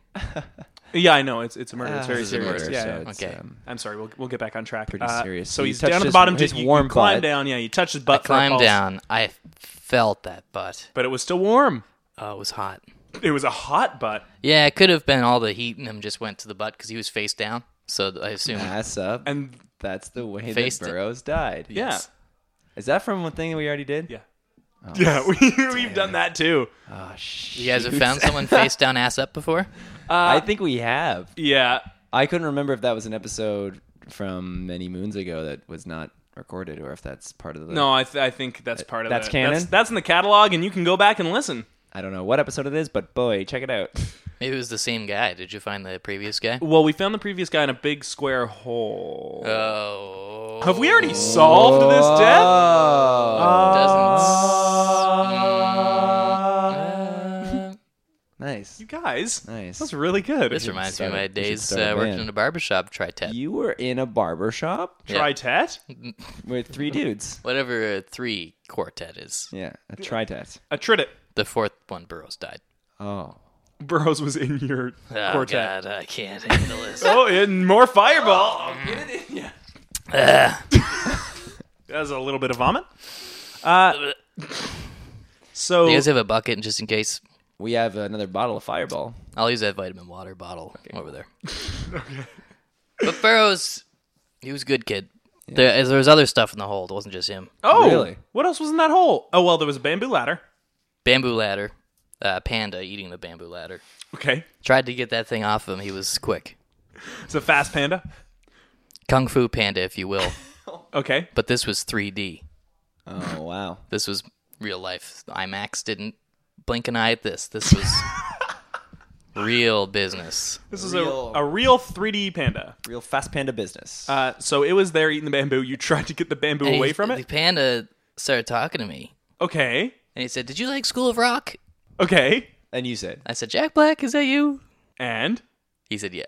[SPEAKER 1] yeah, I know. It's it's a murder. it's very
[SPEAKER 2] This is a
[SPEAKER 1] serious.
[SPEAKER 2] murder,
[SPEAKER 1] yeah,
[SPEAKER 2] so
[SPEAKER 1] yeah.
[SPEAKER 2] it's,
[SPEAKER 3] Okay.
[SPEAKER 2] um,
[SPEAKER 1] I'm sorry. We'll we'll get back on track. Uh,
[SPEAKER 2] Pretty serious.
[SPEAKER 1] So
[SPEAKER 2] You
[SPEAKER 1] he's
[SPEAKER 2] touched
[SPEAKER 1] down at the
[SPEAKER 2] his-
[SPEAKER 1] bottom.
[SPEAKER 2] his
[SPEAKER 1] you,
[SPEAKER 2] warm
[SPEAKER 1] you climb
[SPEAKER 2] butt.
[SPEAKER 1] down. Yeah, you touch his butt. for a
[SPEAKER 3] Climb
[SPEAKER 1] pulse.
[SPEAKER 3] down. I felt that butt.
[SPEAKER 1] But it was still warm.
[SPEAKER 3] Oh, it was hot.
[SPEAKER 1] It was a hot butt.
[SPEAKER 3] Yeah, it could have been all the heat in him just went to the butt because he was face down. So I assume.
[SPEAKER 2] ass up, and
[SPEAKER 1] And
[SPEAKER 2] that's the way that
[SPEAKER 3] Faced it.
[SPEAKER 2] Burroughs died.
[SPEAKER 1] yeah,
[SPEAKER 2] Is that from one thing that we already did?
[SPEAKER 1] yeah,
[SPEAKER 3] Oh,
[SPEAKER 1] yeah. [LAUGHS] We, we've done that too.
[SPEAKER 2] Oh,
[SPEAKER 3] You guys have
[SPEAKER 2] [LAUGHS]
[SPEAKER 3] found someone face down, ass up before?
[SPEAKER 2] I think we have.
[SPEAKER 1] Yeah.
[SPEAKER 2] I couldn't remember if that was an episode from many moons ago that was not recorded, or if that's part of the.
[SPEAKER 1] No, I, th- I think that's part of
[SPEAKER 2] That's
[SPEAKER 1] it.
[SPEAKER 2] canon?
[SPEAKER 1] That's, that's in the catalog, and you can go back and listen.
[SPEAKER 2] I don't know what episode it is, but boy, check it out. [LAUGHS]
[SPEAKER 3] Maybe it was the same guy. Did you find the previous guy?
[SPEAKER 1] Well, we found the previous guy in a big square hole.
[SPEAKER 3] Uh, Oh.
[SPEAKER 1] Have we already solved this death?
[SPEAKER 2] Oh,
[SPEAKER 3] Doesn't. s-
[SPEAKER 2] nice.
[SPEAKER 1] You guys,
[SPEAKER 2] Nice.
[SPEAKER 1] that's really good.
[SPEAKER 3] This reminds me
[SPEAKER 2] start
[SPEAKER 3] of
[SPEAKER 2] a-
[SPEAKER 3] my
[SPEAKER 2] you should
[SPEAKER 3] days
[SPEAKER 2] start a
[SPEAKER 3] uh, working
[SPEAKER 2] band.
[SPEAKER 3] in a barbershop tritet.
[SPEAKER 2] You were in a barber shop
[SPEAKER 3] Yeah.
[SPEAKER 1] Tritet,
[SPEAKER 2] with three dudes.
[SPEAKER 3] Whatever a three quartet is.
[SPEAKER 2] Yeah, a tritet.
[SPEAKER 1] a trident.
[SPEAKER 3] The fourth one, Burroughs died.
[SPEAKER 2] Oh,
[SPEAKER 1] Burroughs was in your
[SPEAKER 3] Oh,
[SPEAKER 1] quartet.
[SPEAKER 3] God, I can't handle this.
[SPEAKER 1] Oh, and more fireball.
[SPEAKER 3] Oh,
[SPEAKER 1] [LAUGHS] that was a little bit of vomit.
[SPEAKER 3] [LAUGHS]
[SPEAKER 1] Uh, so
[SPEAKER 3] you guys have a bucket just in case?
[SPEAKER 2] we have another bottle of Fireball.
[SPEAKER 3] I'll use that vitamin water bottle over there. But Burroughs, he was a good kid. There, as there was other stuff in the hold. It wasn't just him.
[SPEAKER 1] Oh,
[SPEAKER 2] Really?
[SPEAKER 1] what else was in that hole? Oh, well, there was a bamboo ladder.
[SPEAKER 3] Bamboo ladder. Uh, panda eating the bamboo ladder.
[SPEAKER 1] Okay,
[SPEAKER 3] Tried to get that thing off him. He was quick.
[SPEAKER 1] it's a fast panda.
[SPEAKER 3] Kung Fu Panda, if you will.
[SPEAKER 1] Okay,
[SPEAKER 3] But this was 3D.
[SPEAKER 2] Oh wow.
[SPEAKER 3] This was real life. IMAX didn't blink an eye at this. This was real business.
[SPEAKER 1] this is
[SPEAKER 2] Real.
[SPEAKER 1] a a real 3D panda.
[SPEAKER 2] Real fast panda business.
[SPEAKER 1] Uh, so it was there eating the bamboo. You [LAUGHS] tried to get the bamboo
[SPEAKER 3] And
[SPEAKER 1] away
[SPEAKER 3] he-
[SPEAKER 1] from
[SPEAKER 3] The
[SPEAKER 1] it.
[SPEAKER 3] panda started talking to me,
[SPEAKER 1] Okay,
[SPEAKER 3] and he said, "Did you like School of Rock?"
[SPEAKER 1] okay,
[SPEAKER 2] and you said
[SPEAKER 3] I said, "Jack Black, is that you?"
[SPEAKER 1] and.
[SPEAKER 3] He said, "Yeah."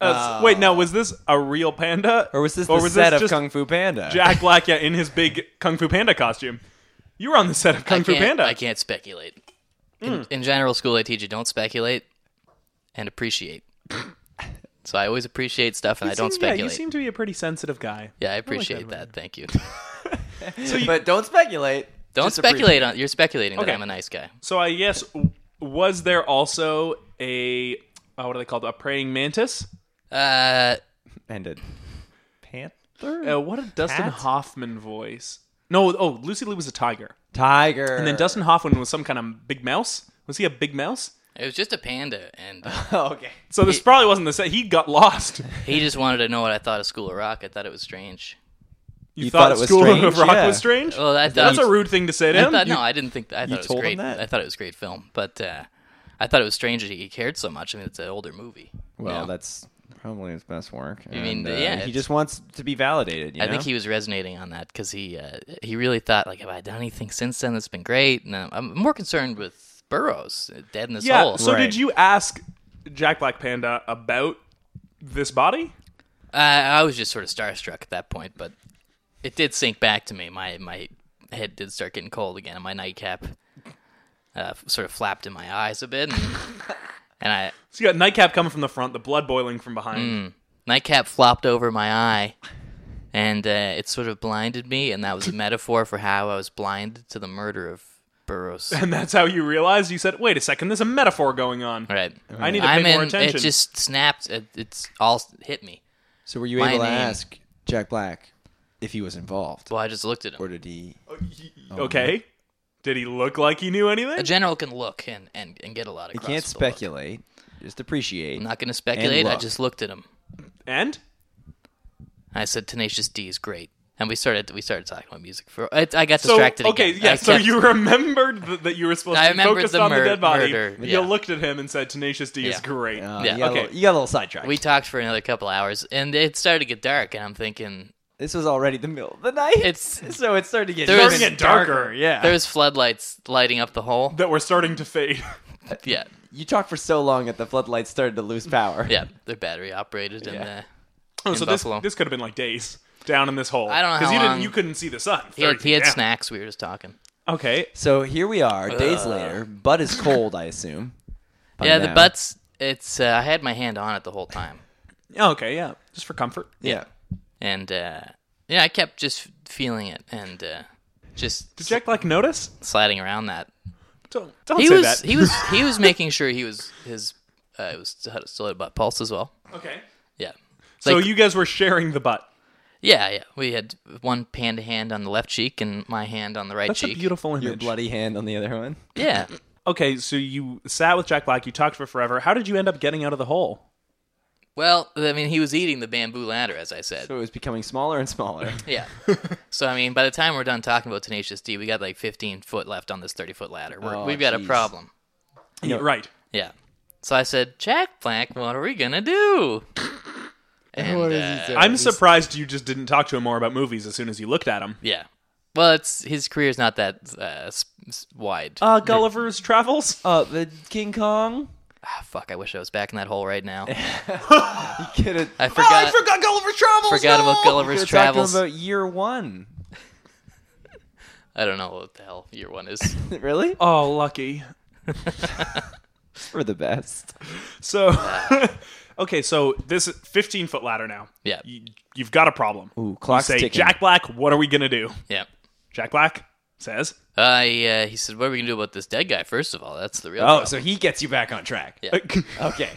[SPEAKER 1] Uh, s- wait, now was this a real panda,
[SPEAKER 2] Or was this the set of Kung Fu Panda?
[SPEAKER 1] Jack Black yeah, in his big Kung Fu Panda costume? You were on the set of Kung
[SPEAKER 3] I
[SPEAKER 1] Fu
[SPEAKER 3] can't-
[SPEAKER 1] Panda. Hmm.
[SPEAKER 3] I can't speculate. In, in general school, I teach you don't speculate
[SPEAKER 1] [LAUGHS]
[SPEAKER 3] and appreciate. so I always appreciate stuff, and I
[SPEAKER 1] You
[SPEAKER 3] don't
[SPEAKER 1] seem- Yeah, you
[SPEAKER 3] speculate. Yeah,
[SPEAKER 1] seem to be a pretty sensitive guy.
[SPEAKER 3] I appreciate that. Thank
[SPEAKER 1] [LAUGHS]
[SPEAKER 3] you.
[SPEAKER 2] but don't speculate.
[SPEAKER 3] Don't
[SPEAKER 2] Just
[SPEAKER 3] speculate on. You're speculating
[SPEAKER 1] Okay.
[SPEAKER 3] that I'm a nice guy.
[SPEAKER 1] So I guess w- was there also a uh, what are they called? A praying mantis?
[SPEAKER 3] Uh,
[SPEAKER 2] and a panther.
[SPEAKER 1] Uh, what a Dustin
[SPEAKER 2] Cat?
[SPEAKER 1] Hoffman voice. No, oh, Lucy Liu was a tiger.
[SPEAKER 2] Tiger. [LAUGHS]
[SPEAKER 1] And then Dustin Hoffman was some kind of big mouse. Was he a big mouse?
[SPEAKER 3] It was just a panda, and
[SPEAKER 2] Oh, okay.
[SPEAKER 1] So this probably wasn't the same. He got
[SPEAKER 2] [LAUGHS]
[SPEAKER 1] lost. [LAUGHS]
[SPEAKER 3] he just wanted to know what I thought of School of Rock. I thought it was strange.
[SPEAKER 1] You,
[SPEAKER 2] You
[SPEAKER 1] thought,
[SPEAKER 2] thought it was
[SPEAKER 1] School
[SPEAKER 2] strange?
[SPEAKER 1] of Rock
[SPEAKER 2] Yeah.
[SPEAKER 1] was strange?
[SPEAKER 3] Well, I thought
[SPEAKER 1] That's a rude thing to say to
[SPEAKER 3] I
[SPEAKER 1] him.
[SPEAKER 3] thought, no, I didn't think. I thought it was
[SPEAKER 2] told him
[SPEAKER 3] great.
[SPEAKER 2] that?
[SPEAKER 3] I thought it was a great film, but uh, I thought it was strange that he cared so much. I mean, it's an older movie. you
[SPEAKER 2] Well,
[SPEAKER 3] know?
[SPEAKER 2] that's probably his best work. I
[SPEAKER 3] mean, yeah,
[SPEAKER 2] he
[SPEAKER 3] it's-
[SPEAKER 2] just wants to be validated. You
[SPEAKER 3] I
[SPEAKER 2] know?
[SPEAKER 3] think he was resonating on that because he uh, he really thought like, have I done anything since then that's been great? And uh, I'm more concerned with Burroughs, uh, dead in this
[SPEAKER 1] yeah.
[SPEAKER 3] hole.
[SPEAKER 1] So
[SPEAKER 2] Right.
[SPEAKER 1] did you ask Jack Black Panda about this body?
[SPEAKER 3] Uh, I was just sort of starstruck at that point, but it did sink back to me. My my head did start getting cold again, and my nightcap uh, sort of flapped in my eyes a bit.
[SPEAKER 1] [LAUGHS]
[SPEAKER 3] And, and I
[SPEAKER 1] So you got nightcap coming from the front, the blood boiling from behind.
[SPEAKER 3] nightcap flopped over my eye, and uh, it sort of blinded me, and that was a metaphor for how I was blinded to the murder of Burroughs.
[SPEAKER 1] And that's how you realized you said, wait a second, there's a metaphor going on.
[SPEAKER 3] Right.
[SPEAKER 1] I need to pay
[SPEAKER 3] I'm
[SPEAKER 1] more
[SPEAKER 3] in-
[SPEAKER 1] attention.
[SPEAKER 3] It just snapped. It, it's all s- hit me.
[SPEAKER 2] so were you
[SPEAKER 3] My
[SPEAKER 2] able to
[SPEAKER 3] name.
[SPEAKER 2] ask Jack Black if he was involved,
[SPEAKER 3] Well, I just looked at him.
[SPEAKER 2] or did he?
[SPEAKER 3] Oh,
[SPEAKER 1] Uh, okay. Did he look like he knew
[SPEAKER 3] A
[SPEAKER 1] anything?
[SPEAKER 3] general can look and, and, and get a lot of.
[SPEAKER 2] You can't speculate. Just appreciate.
[SPEAKER 3] I'm not going to speculate. I
[SPEAKER 2] look.
[SPEAKER 3] just looked at him.
[SPEAKER 1] And?
[SPEAKER 3] I said, "Tenacious D is great," and we started we started talking about music for. I, I got
[SPEAKER 1] So,
[SPEAKER 3] distracted.
[SPEAKER 1] okay,
[SPEAKER 3] again.
[SPEAKER 1] yeah,
[SPEAKER 3] I
[SPEAKER 1] so
[SPEAKER 3] kept-
[SPEAKER 1] you remembered th- that you were supposed
[SPEAKER 3] I
[SPEAKER 1] to be
[SPEAKER 3] remembered
[SPEAKER 1] focused
[SPEAKER 3] the
[SPEAKER 1] on the
[SPEAKER 3] mur-
[SPEAKER 1] dead body.
[SPEAKER 3] murder,
[SPEAKER 1] but
[SPEAKER 3] yeah.
[SPEAKER 1] You looked at him and said, Tenacious D is
[SPEAKER 3] Yeah.
[SPEAKER 1] great.
[SPEAKER 2] Uh,
[SPEAKER 3] Yeah,
[SPEAKER 2] you, got a
[SPEAKER 1] okay.
[SPEAKER 2] little, you got a little sidetracked.
[SPEAKER 3] [LAUGHS] we talked for another couple hours, and it started to get dark, and I'm thinking
[SPEAKER 2] this was already the middle of the
[SPEAKER 1] [LAUGHS]
[SPEAKER 2] night. [LAUGHS]
[SPEAKER 3] it's
[SPEAKER 2] so it started to get
[SPEAKER 3] There
[SPEAKER 2] even
[SPEAKER 3] was-
[SPEAKER 1] Starting it darker,
[SPEAKER 2] Yeah.
[SPEAKER 3] there's floodlights lighting up the hole.
[SPEAKER 1] that were starting to fade. [LAUGHS]
[SPEAKER 3] Yeah,
[SPEAKER 2] you talked for so long that the floodlights started to lose power.
[SPEAKER 3] yeah, they're battery operated, and
[SPEAKER 2] Yeah.
[SPEAKER 3] uh,
[SPEAKER 1] Oh,
[SPEAKER 3] In
[SPEAKER 1] so this,
[SPEAKER 3] Buffalo.
[SPEAKER 1] this could have been like days down in this hole.
[SPEAKER 3] I don't know
[SPEAKER 1] Because
[SPEAKER 3] how
[SPEAKER 1] you, didn't-
[SPEAKER 3] long-
[SPEAKER 1] you couldn't see the sun.
[SPEAKER 3] he had, he had
[SPEAKER 1] Down.
[SPEAKER 3] snacks. We were just talking.
[SPEAKER 1] Okay.
[SPEAKER 2] So here we are,
[SPEAKER 3] Uh.
[SPEAKER 2] days later. Bud is cold, I assume. by
[SPEAKER 3] yeah,
[SPEAKER 2] now.
[SPEAKER 3] the butts. It's uh, I had my hand on it the whole time,
[SPEAKER 1] Oh, okay, yeah. Just for comfort.
[SPEAKER 2] Yeah.
[SPEAKER 3] and uh, yeah, I kept just feeling it and uh, just
[SPEAKER 1] Did Jack, like, notice?
[SPEAKER 3] sliding around that.
[SPEAKER 1] Don't, don't
[SPEAKER 3] He
[SPEAKER 1] say
[SPEAKER 3] was
[SPEAKER 1] that.
[SPEAKER 3] he was
[SPEAKER 1] [LAUGHS]
[SPEAKER 3] he was making sure he was his uh, it was still- still had a butt pulse as well.
[SPEAKER 1] okay.
[SPEAKER 3] Yeah.
[SPEAKER 1] So
[SPEAKER 3] Like-
[SPEAKER 1] you guys were sharing the butt.
[SPEAKER 3] Yeah, yeah. We had one panda hand on the left cheek and my hand on the right
[SPEAKER 1] That's
[SPEAKER 3] cheek.
[SPEAKER 1] a beautiful image.
[SPEAKER 2] Your bloody hand on the other one.
[SPEAKER 3] yeah.
[SPEAKER 1] Okay, so you sat with Jack Black, you talked for forever. How did you end up getting out of the hole?
[SPEAKER 3] Well, I mean, he was eating the bamboo ladder, as I said.
[SPEAKER 2] So it was becoming smaller and
[SPEAKER 3] [LAUGHS]
[SPEAKER 2] smaller.
[SPEAKER 1] [LAUGHS]
[SPEAKER 3] Yeah. so I mean, by the time we're done talking about Tenacious D, we got like 15 foot left on this 30 foot ladder. We're,
[SPEAKER 2] Oh,
[SPEAKER 3] we've got a
[SPEAKER 2] jeez.
[SPEAKER 3] problem.
[SPEAKER 1] Yeah, right.
[SPEAKER 3] Yeah. So I said, Jack Black, what are we gonna do? And
[SPEAKER 2] What is he
[SPEAKER 3] uh,
[SPEAKER 2] doing?
[SPEAKER 1] I'm surprised you just didn't talk to him more about movies as soon as you looked at him.
[SPEAKER 3] yeah. Well, it's his career's not that uh, s- s- wide.
[SPEAKER 1] Uh, Gulliver's Travels?
[SPEAKER 2] Oh, the King Kong.
[SPEAKER 3] Ah, fuck! I wish I was back in that hole right now.
[SPEAKER 2] You could have
[SPEAKER 3] I [LAUGHS] forgot.
[SPEAKER 1] Oh, forgot Gulliver's Travels!
[SPEAKER 3] forgot about Gulliver's
[SPEAKER 2] talked to him
[SPEAKER 3] Travels.
[SPEAKER 2] about year one. [LAUGHS]
[SPEAKER 3] I don't know what the hell year one is. [LAUGHS]
[SPEAKER 2] really?
[SPEAKER 1] Oh, lucky.
[SPEAKER 2] For the best.
[SPEAKER 1] So, [LAUGHS] okay, so this 15 foot ladder now.
[SPEAKER 3] Yeah.
[SPEAKER 1] You, you've got a problem.
[SPEAKER 2] Ooh, clock's
[SPEAKER 1] Say,
[SPEAKER 2] ticking.
[SPEAKER 1] Jack Black, what are we going to do?
[SPEAKER 3] yeah.
[SPEAKER 1] Jack Black says,
[SPEAKER 3] I uh, he said, "What are we gonna do about this dead guy?" First of all, that's the real.
[SPEAKER 2] Oh,
[SPEAKER 3] problem.
[SPEAKER 2] so he gets you back on track.
[SPEAKER 3] Yeah. [LAUGHS]
[SPEAKER 2] Okay.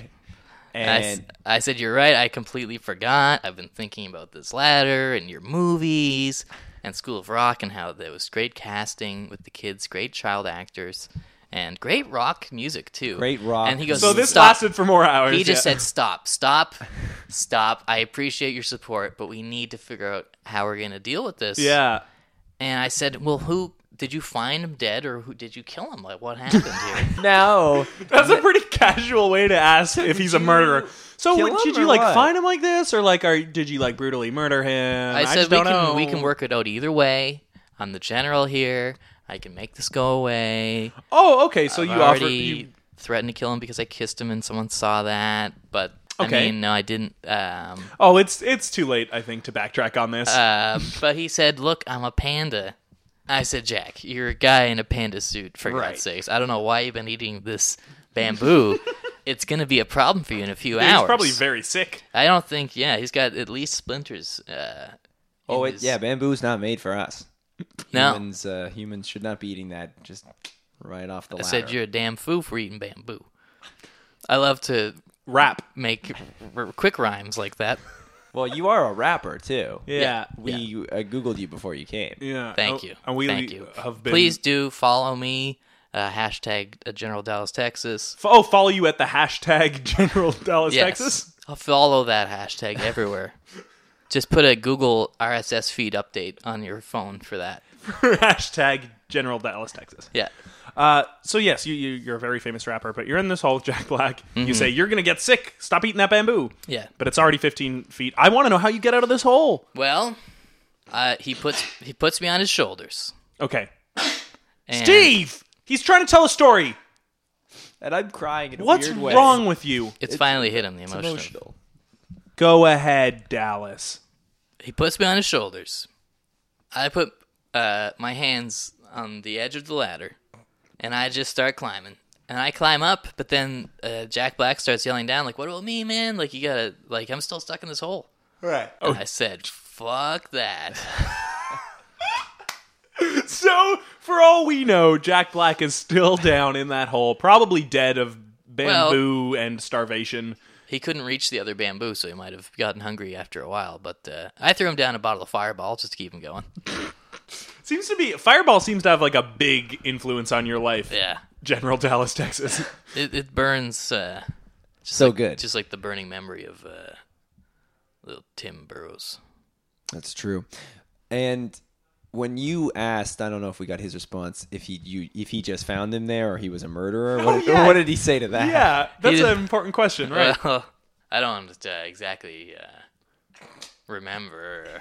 [SPEAKER 3] I, s-
[SPEAKER 2] And
[SPEAKER 3] I said, "You're right. I completely forgot. I've been thinking about this ladder and your movies and School of Rock and how there was great casting with the kids, great child actors, and great rock music too.
[SPEAKER 2] Great rock
[SPEAKER 3] And he
[SPEAKER 1] [LAUGHS]
[SPEAKER 3] goes,
[SPEAKER 1] so this
[SPEAKER 3] "Stop."
[SPEAKER 1] lasted for more hours.
[SPEAKER 3] He just
[SPEAKER 1] yeah.
[SPEAKER 3] said, "Stop, stop, stop. I appreciate your support, but we need to figure out how we're gonna deal with this." [LAUGHS]
[SPEAKER 1] Yeah.
[SPEAKER 3] And I said, "Well, who did you find him dead, or who did you kill him? Like, what happened here?" [LAUGHS]
[SPEAKER 2] now
[SPEAKER 1] That's a pretty casual way to ask if he's a murderer. So
[SPEAKER 2] kill
[SPEAKER 1] what-
[SPEAKER 2] him
[SPEAKER 1] did you
[SPEAKER 2] or
[SPEAKER 1] like
[SPEAKER 2] what?
[SPEAKER 1] find him like this, or like, are did you like brutally murder him?
[SPEAKER 3] I,
[SPEAKER 1] just
[SPEAKER 3] said we
[SPEAKER 1] don't
[SPEAKER 3] can
[SPEAKER 1] know.
[SPEAKER 3] we can work it out either way. I'm the general here. I can make this go away.
[SPEAKER 1] Oh, okay. So
[SPEAKER 3] I've
[SPEAKER 1] you offered.
[SPEAKER 3] already
[SPEAKER 1] You,
[SPEAKER 3] threatened to kill him because I kissed him and someone saw that. But
[SPEAKER 1] Okay.
[SPEAKER 3] I mean, no, I didn't. Um,
[SPEAKER 1] oh, it's it's too late, I think, to backtrack on this.
[SPEAKER 3] um, but he said, "Look, I'm a panda." I said, "Jack, you're a guy in a panda suit for
[SPEAKER 1] Right.
[SPEAKER 3] God's sakes. I don't know why you've been eating this
[SPEAKER 1] [LAUGHS]
[SPEAKER 3] bamboo. it's gonna be a problem for you in a few
[SPEAKER 1] he's
[SPEAKER 3] hours.
[SPEAKER 1] probably very sick.
[SPEAKER 3] I don't think. Yeah, he's got at least splinters. Uh,
[SPEAKER 2] Oh
[SPEAKER 3] in
[SPEAKER 2] it,
[SPEAKER 3] his-
[SPEAKER 2] yeah, bamboo's not made for us.
[SPEAKER 3] No,
[SPEAKER 2] Humans uh, humans should not be eating that just right off the
[SPEAKER 3] I
[SPEAKER 2] ladder.
[SPEAKER 3] said you're a damn fool for eating bamboo. I love to
[SPEAKER 1] Rap.
[SPEAKER 3] make r- r- quick rhymes like that.
[SPEAKER 2] Well, you are a rapper too.
[SPEAKER 1] Yeah.
[SPEAKER 2] We uh, googled you before you came.
[SPEAKER 1] Yeah.
[SPEAKER 3] Thank
[SPEAKER 1] Oh,
[SPEAKER 3] you.
[SPEAKER 1] And we
[SPEAKER 3] Thank you.
[SPEAKER 1] have been.
[SPEAKER 3] Please do follow me. Uh, hashtag uh, General Dallas Texas.
[SPEAKER 1] F- oh, follow you at the hashtag [LAUGHS] General Dallas,
[SPEAKER 3] Yes.
[SPEAKER 1] Texas. [LAUGHS]
[SPEAKER 3] I'll follow that hashtag everywhere. Just put a Google RSS feed update on your phone for that.
[SPEAKER 1] hashtag General Dallas, Texas.
[SPEAKER 3] Yeah.
[SPEAKER 1] Uh, so yes, you, you you're a very famous rapper, but you're in this hall [LAUGHS] with Jack Black.
[SPEAKER 3] Mm-hmm.
[SPEAKER 1] You say you're gonna get sick. Stop eating that bamboo.
[SPEAKER 3] Yeah.
[SPEAKER 1] But it's already 15 feet. I want to know how you get out of this hole.
[SPEAKER 3] Well, uh, he puts he puts me on his shoulders.
[SPEAKER 1] Okay,
[SPEAKER 3] And
[SPEAKER 1] Steve. He's trying to tell a story.
[SPEAKER 2] And I'm crying in a
[SPEAKER 1] What's
[SPEAKER 2] weird way.
[SPEAKER 1] wrong with you?
[SPEAKER 3] It's finally hit him the
[SPEAKER 2] It's
[SPEAKER 3] emotion. of-
[SPEAKER 2] emotional.
[SPEAKER 1] Go ahead, Dallas.
[SPEAKER 3] He puts me on his shoulders. I put uh, my hands on the edge of the ladder, and I just start climbing. And I climb up, but then uh, Jack Black starts yelling down, like, "What about me, man? Like, you gotta, like, I'm still stuck in this hole."
[SPEAKER 2] Right.
[SPEAKER 3] And I said, "Fuck that." [LAUGHS]
[SPEAKER 1] So, for all we know, Jack Black is still [LAUGHS] down in that hole, probably dead of bamboo and starvation.
[SPEAKER 3] he couldn't reach the other bamboo, so he might have gotten hungry after a while. But uh, I threw him down a bottle of Fireball just to keep him going.
[SPEAKER 1] Seems to be Fireball seems to have like a big influence on your life.
[SPEAKER 3] Yeah,
[SPEAKER 1] General Dallas, [LAUGHS] Texas.
[SPEAKER 3] it, it burns, uh,
[SPEAKER 2] So good.
[SPEAKER 3] just like the burning memory of uh, little Tim Burrows.
[SPEAKER 2] That's true. And when you asked, I don't know if we got his response if he you if he just found him there or he was a murderer. What, did-
[SPEAKER 1] yeah.
[SPEAKER 2] what did he say to that?
[SPEAKER 1] yeah, that's
[SPEAKER 3] He- Uh.
[SPEAKER 1] an important question, right? [LAUGHS]
[SPEAKER 3] Well, [LAUGHS] I don't uh, exactly uh, remember.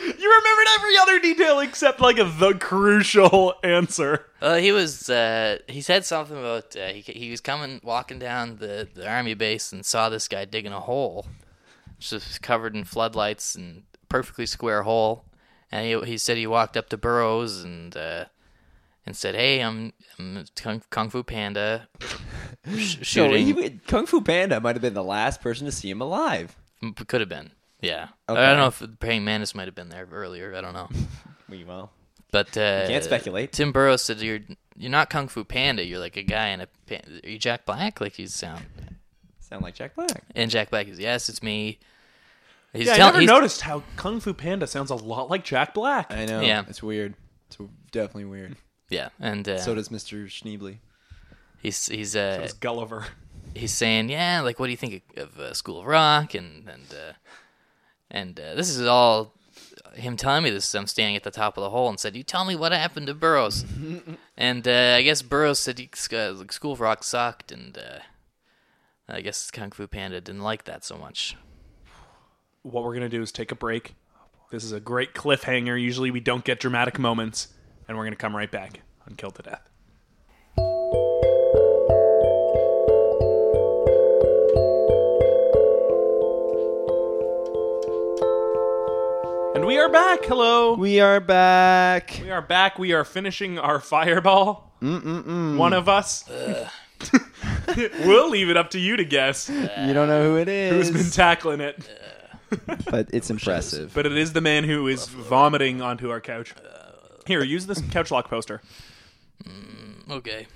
[SPEAKER 1] you remembered every other detail except like the crucial answer.
[SPEAKER 3] Uh, he was. Uh, he said something about uh, he he was coming walking down the the army base and saw this guy digging a hole, just covered in floodlights and perfectly square hole. And he he said he walked up to Burroughs and uh, and said, "Hey, I'm, I'm Kung, Kung Fu [LAUGHS] Panda." Sh-
[SPEAKER 2] So
[SPEAKER 3] shooting
[SPEAKER 2] he, would- Kung Fu Panda might have been the last person to see him alive.
[SPEAKER 3] M- could have been. Yeah,
[SPEAKER 2] Okay.
[SPEAKER 3] I don't know if the praying mantis might have been there earlier. I don't know.
[SPEAKER 2] We well.
[SPEAKER 3] But uh,
[SPEAKER 2] can't speculate.
[SPEAKER 3] Tim Burrows said, "You're you're not Kung Fu Panda. You're like a guy in a pan- are you Jack Black like you sound."
[SPEAKER 2] Sound like Jack Black.
[SPEAKER 3] And Jack Black is, "Yes, it's me." He's
[SPEAKER 1] Yeah, I
[SPEAKER 3] telling
[SPEAKER 1] never
[SPEAKER 3] he's-
[SPEAKER 1] noticed how Kung Fu Panda sounds a lot like Jack Black.
[SPEAKER 2] I know.
[SPEAKER 3] Yeah.
[SPEAKER 2] It's weird. It's definitely weird.
[SPEAKER 3] Yeah, and uh,
[SPEAKER 2] So does Mr. Schneebly.
[SPEAKER 3] he's he's uh,
[SPEAKER 1] It's Gulliver.
[SPEAKER 3] he's saying, "Yeah, like what do you think of, of uh, School of Rock?" And and uh, and uh, this is all him telling me this. I'm standing at the top of the hole and said, "You tell me what happened to Burroughs." and uh, I guess Burroughs said he, uh, like, School of Rock sucked, and uh, I guess Kung Fu Panda didn't like that so much.
[SPEAKER 1] What we're gonna do is take a break. This is a great cliffhanger. Usually we don't get dramatic moments, and we're gonna come right back on Kill to Death. And we are back. Hello.
[SPEAKER 2] We are back.
[SPEAKER 1] We are back. We are finishing our fireball. One of us. [LAUGHS] we'll leave it up to you to guess
[SPEAKER 2] You don't know who it
[SPEAKER 1] who's been
[SPEAKER 2] is,
[SPEAKER 1] tackling it.
[SPEAKER 2] but it's impressive.
[SPEAKER 1] But it is the man who is vomiting onto our couch. Here, use this couch lock poster.
[SPEAKER 3] Okay.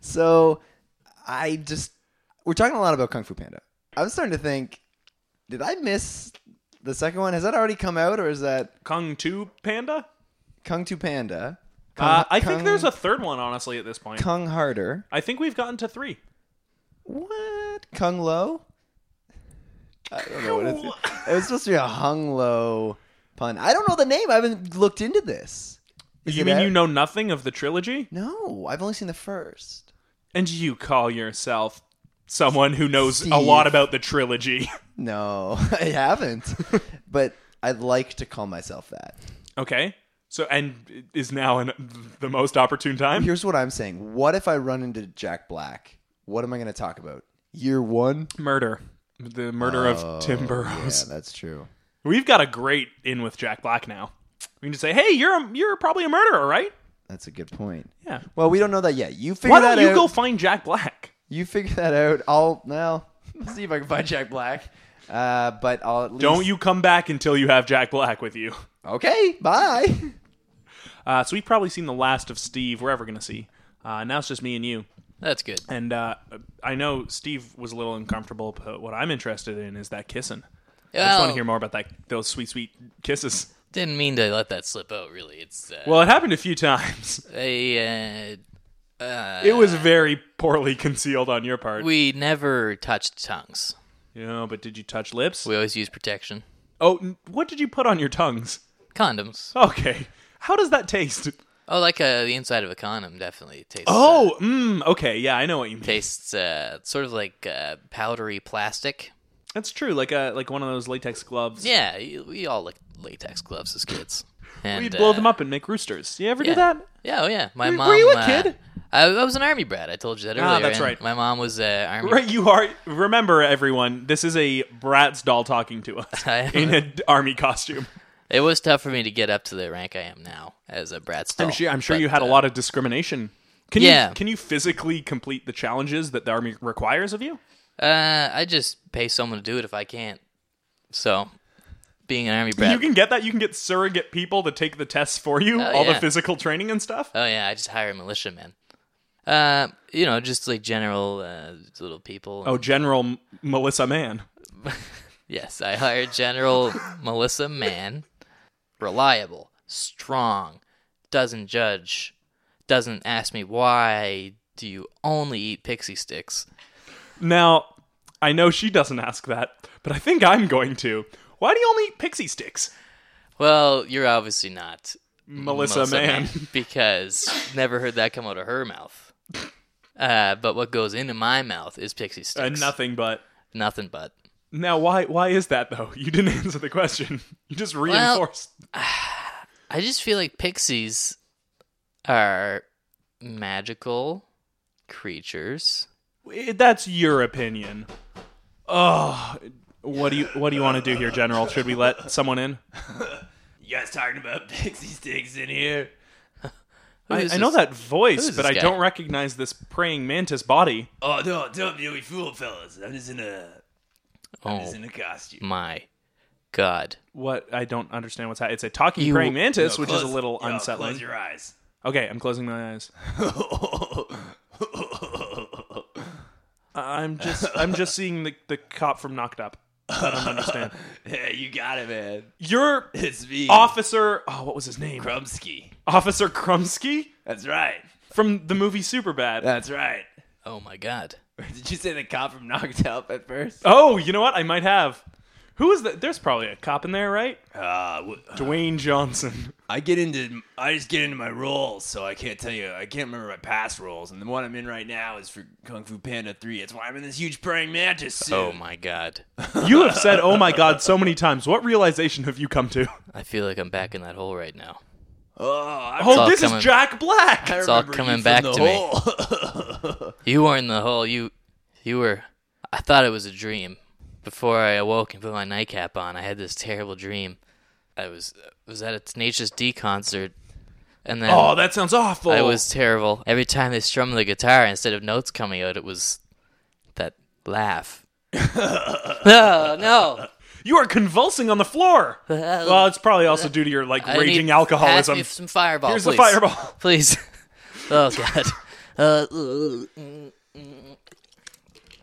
[SPEAKER 2] So I just we're talking a lot about Kung Fu Panda. I'm starting to think, did I miss the second one? Has that already come out, or is that
[SPEAKER 1] Kung Tu Panda?
[SPEAKER 2] Kung Tu Panda? Kung,
[SPEAKER 1] Uh, I think
[SPEAKER 2] Kung-
[SPEAKER 1] there's a third one, honestly, at this point.
[SPEAKER 2] Kung Harder.
[SPEAKER 1] I think we've gotten to three.
[SPEAKER 2] What Kung Lo? I don't know what it's. It was supposed to be a Hung Lo pun. I don't know the name. I haven't looked into this. Is
[SPEAKER 1] You
[SPEAKER 2] it
[SPEAKER 1] mean
[SPEAKER 2] out?
[SPEAKER 1] you know nothing of the trilogy?
[SPEAKER 2] No, I've only seen the first.
[SPEAKER 1] And you call yourself someone who knows
[SPEAKER 2] Steve.
[SPEAKER 1] a lot about the trilogy. [LAUGHS]
[SPEAKER 2] No, [LAUGHS] I haven't. but I'd like to call myself that.
[SPEAKER 1] Okay. So and is now an, the most opportune time.
[SPEAKER 2] Here's what I'm saying. What if I run into Jack Black? What am I going to talk about? Year one?
[SPEAKER 1] Murder, the murder of Tim Burrows.
[SPEAKER 2] Oh, Yeah, that's true.
[SPEAKER 1] We've got a great in with Jack Black now. We can just say, "Hey, you're a, you're probably a murderer, right?"
[SPEAKER 2] That's a good point.
[SPEAKER 1] Yeah.
[SPEAKER 2] Well, we don't know that yet. You figure
[SPEAKER 1] Why
[SPEAKER 2] that
[SPEAKER 1] don't you
[SPEAKER 2] out.
[SPEAKER 1] go find Jack Black?
[SPEAKER 2] you figure that out. I'll now [LAUGHS] see if I can find Jack Black. Uh, but I'll at least...
[SPEAKER 1] Don't you come back until you have Jack Black with you.
[SPEAKER 2] Okay, bye. [LAUGHS]
[SPEAKER 1] Uh, so we've probably seen the last of Steve. We're ever gonna see. Uh, now it's just me and you.
[SPEAKER 3] That's good.
[SPEAKER 1] And uh, I know Steve was a little uncomfortable, but what I'm interested in is that kissing. I just want
[SPEAKER 3] Oh.
[SPEAKER 1] to hear more about that those sweet, sweet kisses.
[SPEAKER 3] Didn't mean to let that slip out. Really, it's uh,
[SPEAKER 1] Well, it happened a few times.
[SPEAKER 3] a, uh,
[SPEAKER 1] It was very poorly [LAUGHS] concealed on your part.
[SPEAKER 3] we never touched tongues.
[SPEAKER 1] you know, but did you touch lips?
[SPEAKER 3] We always use protection,
[SPEAKER 1] oh, n- what did you put on your tongues? [LAUGHS]
[SPEAKER 3] condoms.
[SPEAKER 1] Okay. How does that taste?
[SPEAKER 3] Oh, like uh, the inside of a condom definitely tastes. uh,
[SPEAKER 1] Oh, mm, okay. Yeah, I know what you mean.
[SPEAKER 3] tastes uh, sort of like uh, powdery plastic.
[SPEAKER 1] That's true. Like a like one of those latex gloves.
[SPEAKER 3] Yeah, y- we all like latex gloves
[SPEAKER 1] [LAUGHS]
[SPEAKER 3] as kids. And,
[SPEAKER 1] We'd blow
[SPEAKER 3] uh,
[SPEAKER 1] them up and make roosters. You ever
[SPEAKER 3] yeah.
[SPEAKER 1] do that?
[SPEAKER 3] Yeah, oh yeah. My
[SPEAKER 1] Were-
[SPEAKER 3] mom.
[SPEAKER 1] were you a
[SPEAKER 3] uh,
[SPEAKER 1] kid?
[SPEAKER 3] I, I was an army brat. I told you that earlier.
[SPEAKER 1] Ah, that's
[SPEAKER 3] and
[SPEAKER 1] right.
[SPEAKER 3] My mom was uh, army.
[SPEAKER 1] [LAUGHS] Right, you are. Remember, everyone, this is a Bratz doll talking to
[SPEAKER 3] [LAUGHS]
[SPEAKER 1] us
[SPEAKER 3] [LAUGHS] I
[SPEAKER 1] [LAUGHS]
[SPEAKER 3] am.
[SPEAKER 1] in an army costume.
[SPEAKER 3] It was tough for me to get up to the rank I am now as a brat. Doll,
[SPEAKER 1] I'm sure. I'm sure
[SPEAKER 3] but,
[SPEAKER 1] you had a
[SPEAKER 3] uh,
[SPEAKER 1] lot of discrimination. Can
[SPEAKER 3] Yeah.
[SPEAKER 1] you can you physically complete the challenges that the army requires of you?
[SPEAKER 3] Uh, I just pay someone to do it if I can't. So, being an army brat.
[SPEAKER 1] You can get that. You can get surrogate people to take the tests for you,
[SPEAKER 3] Oh,
[SPEAKER 1] all
[SPEAKER 3] yeah.
[SPEAKER 1] the physical training and stuff.
[SPEAKER 3] oh yeah, I just hire militiamen. Uh, you know, just like general uh, little people.
[SPEAKER 1] Oh, General M- Melissa Mann.
[SPEAKER 3] Yes, I
[SPEAKER 1] [LAUGHS]
[SPEAKER 3] hired General Melissa Mann. Reliable, strong, doesn't judge, doesn't ask me why do you only eat pixie sticks.
[SPEAKER 1] Now, I know she doesn't ask that, but I think I'm going to. Why do you only eat pixie sticks,
[SPEAKER 3] Well, you're obviously not
[SPEAKER 1] Melissa, Mann? [LAUGHS]
[SPEAKER 3] because never heard that come out of her mouth. Uh, but what goes into my mouth is pixie sticks.
[SPEAKER 1] and Uh, nothing but.
[SPEAKER 3] Nothing but.
[SPEAKER 1] Now, why why is that though? [LAUGHS] You didn't answer the question. You just reinforced.
[SPEAKER 3] I just feel like pixies are magical creatures.
[SPEAKER 1] I- That's your opinion. Oh, what do you what do you want to do here, General? Should we let someone in?
[SPEAKER 4] You guys talking about [LAUGHS] pixie sticks in here?
[SPEAKER 3] Who
[SPEAKER 1] I,
[SPEAKER 3] is
[SPEAKER 1] I know
[SPEAKER 3] this-
[SPEAKER 1] that voice,
[SPEAKER 3] is
[SPEAKER 1] but
[SPEAKER 3] this
[SPEAKER 1] I
[SPEAKER 3] guy?
[SPEAKER 1] don't recognize this praying mantis body.
[SPEAKER 4] Oh no, don't be a fool, fellas. I'm just in a, I'm
[SPEAKER 1] Oh.
[SPEAKER 4] just in a
[SPEAKER 1] Mm.
[SPEAKER 4] costume.
[SPEAKER 3] Oh My God.
[SPEAKER 1] What I don't understand what's happening. It's a talking
[SPEAKER 3] You-
[SPEAKER 1] praying mantis,
[SPEAKER 4] No,
[SPEAKER 1] which is a
[SPEAKER 4] close-
[SPEAKER 1] little
[SPEAKER 4] yo,
[SPEAKER 1] unsettling.
[SPEAKER 4] Close your eyes. [LAUGHS]
[SPEAKER 1] Okay, I'm closing my eyes. I'm just I'm [LAUGHS] just seeing the, the cop from Knocked Up. I don't understand.
[SPEAKER 4] yeah, you got it, man.
[SPEAKER 1] Your
[SPEAKER 4] It's me,
[SPEAKER 1] officer, oh, what was his name?
[SPEAKER 4] Krumsky.
[SPEAKER 1] Officer Krumsky
[SPEAKER 4] That's right.
[SPEAKER 1] from the movie Superbad.
[SPEAKER 4] That's right. [LAUGHS]
[SPEAKER 3] Oh my God.
[SPEAKER 4] Did you say the cop from Knocked Up at first?
[SPEAKER 1] Oh, you know what? I might have. Who is that? There's probably a cop in there, right?
[SPEAKER 4] Uh, w-
[SPEAKER 1] Dwayne
[SPEAKER 3] [LAUGHS]
[SPEAKER 1] Johnson.
[SPEAKER 4] I get into I just get into my roles, so I can't tell you. I can't remember my past roles, and the one I'm in right now is for Kung Fu Panda Three. That's why I'm in this huge praying mantis suit.
[SPEAKER 3] Oh my God.
[SPEAKER 1] You have said, "Oh my God," so many times. What realization have you come to?
[SPEAKER 3] I feel like I'm back in that hole right now.
[SPEAKER 4] Oh, I
[SPEAKER 1] Oh,
[SPEAKER 3] all
[SPEAKER 1] this
[SPEAKER 3] coming-
[SPEAKER 1] is Jack Black.
[SPEAKER 4] I
[SPEAKER 3] It's all
[SPEAKER 4] remember you
[SPEAKER 3] coming
[SPEAKER 4] from
[SPEAKER 3] back
[SPEAKER 4] the
[SPEAKER 3] to me.
[SPEAKER 4] hole.
[SPEAKER 3] You were in the hole. You, you were. I thought it was a dream. Before I awoke and put my nightcap on, I had this terrible dream. I was was at a Tenacious D concert, and then
[SPEAKER 1] oh, that sounds awful.
[SPEAKER 3] I was terrible. Every time they strummed the guitar, instead of notes coming out, it was that
[SPEAKER 1] [LAUGHS]
[SPEAKER 3] laugh. no, no.
[SPEAKER 1] You are convulsing on the floor. Well, it's probably also due to your like
[SPEAKER 3] I
[SPEAKER 1] raging
[SPEAKER 3] need-
[SPEAKER 1] alcoholism.
[SPEAKER 3] Pass me some fireball.
[SPEAKER 1] Here's
[SPEAKER 3] please.
[SPEAKER 1] the fireball.
[SPEAKER 3] [LAUGHS] please. Oh God. Uh, uh,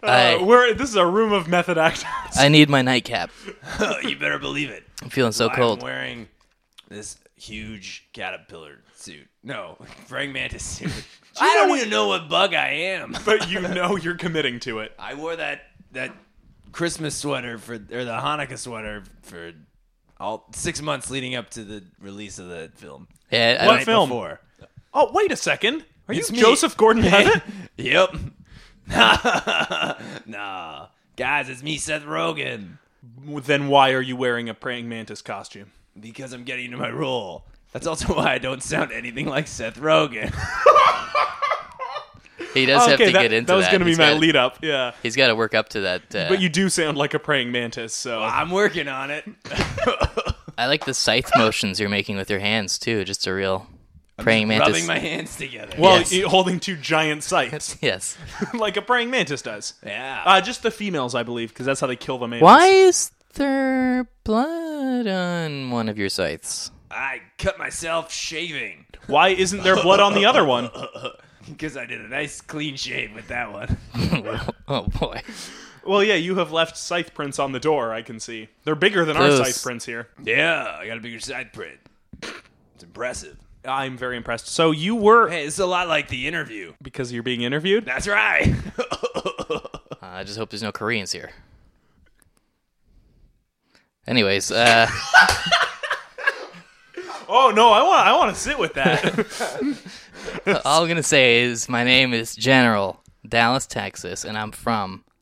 [SPEAKER 1] Uh,
[SPEAKER 3] I,
[SPEAKER 1] we're this is a room of method actors.
[SPEAKER 3] I need my nightcap.
[SPEAKER 4] [LAUGHS] you better believe it.
[SPEAKER 3] I'm feeling so
[SPEAKER 4] I'm
[SPEAKER 3] cold.
[SPEAKER 4] wearing this huge caterpillar suit. No, [LAUGHS] praying mantis
[SPEAKER 3] [LAUGHS]
[SPEAKER 4] suit. I
[SPEAKER 1] know
[SPEAKER 4] don't
[SPEAKER 1] what-
[SPEAKER 4] even know what bug I am.
[SPEAKER 1] [LAUGHS] but you know you're committing to it.
[SPEAKER 4] [LAUGHS] I wore that that Christmas sweater for or the Hanukkah sweater for all six months leading up to the release of the film.
[SPEAKER 3] Yeah,
[SPEAKER 1] What
[SPEAKER 3] I don't-
[SPEAKER 4] Night
[SPEAKER 1] film?
[SPEAKER 4] Before.
[SPEAKER 1] Oh, wait a second. Are
[SPEAKER 4] It's
[SPEAKER 1] you
[SPEAKER 4] me.
[SPEAKER 1] Joseph
[SPEAKER 3] [LAUGHS]
[SPEAKER 1] Gordon-Levitt?
[SPEAKER 4] Yep. [LAUGHS] nah, guys, it's me, Seth Rogen,
[SPEAKER 1] then why are you wearing a praying mantis costume?
[SPEAKER 4] because I'm getting into my role. That's also [LAUGHS] why I don't sound anything like Seth Rogen. [LAUGHS]
[SPEAKER 3] He does have to
[SPEAKER 1] Oh, that,
[SPEAKER 3] get into
[SPEAKER 1] that was going to be
[SPEAKER 3] He's
[SPEAKER 1] my
[SPEAKER 3] got-
[SPEAKER 1] lead up. Yeah.
[SPEAKER 3] He's got to work up to that. Uh,
[SPEAKER 1] But you do sound like a praying mantis, so
[SPEAKER 4] I'm working on it. [LAUGHS]
[SPEAKER 3] I like
[SPEAKER 1] [LAUGHS]
[SPEAKER 3] the scythe motions you're making with your hands too. Just a real praying mantis.
[SPEAKER 4] Rubbing
[SPEAKER 3] [LAUGHS]
[SPEAKER 4] my hands together.
[SPEAKER 1] well, [LAUGHS]
[SPEAKER 3] Yes.
[SPEAKER 1] you're holding two giant
[SPEAKER 3] [LAUGHS]
[SPEAKER 1] scythes
[SPEAKER 3] yes.
[SPEAKER 1] [LAUGHS] like a praying mantis does.
[SPEAKER 4] yeah.
[SPEAKER 1] Uh, just the females, I believe, because that's how they kill the males. [LAUGHS]
[SPEAKER 3] Why is there blood on one of your scythes? [LAUGHS]
[SPEAKER 4] I cut myself shaving. [LAUGHS]
[SPEAKER 1] Why isn't there blood on the other one?
[SPEAKER 4] because I did a nice clean shave with that one. [LAUGHS]
[SPEAKER 3] oh boy.
[SPEAKER 1] Well, yeah, you have left scythe prints on the door, I can see. They're bigger than our
[SPEAKER 3] Close.
[SPEAKER 1] scythe prints here.
[SPEAKER 4] Yeah, I got a bigger side print. It's impressive.
[SPEAKER 1] I'm very impressed. So you were
[SPEAKER 4] Hey, it's a lot like the interview.
[SPEAKER 1] because you're being interviewed?
[SPEAKER 4] That's right. [LAUGHS]
[SPEAKER 3] Uh, I just hope there's no Koreans here.
[SPEAKER 1] [LAUGHS]
[SPEAKER 3] Anyways, uh,
[SPEAKER 1] Oh no, I want I want to sit with that.
[SPEAKER 3] all I'm gonna say is my name is General Dallas, Texas, and I'm from.
[SPEAKER 1] [LAUGHS]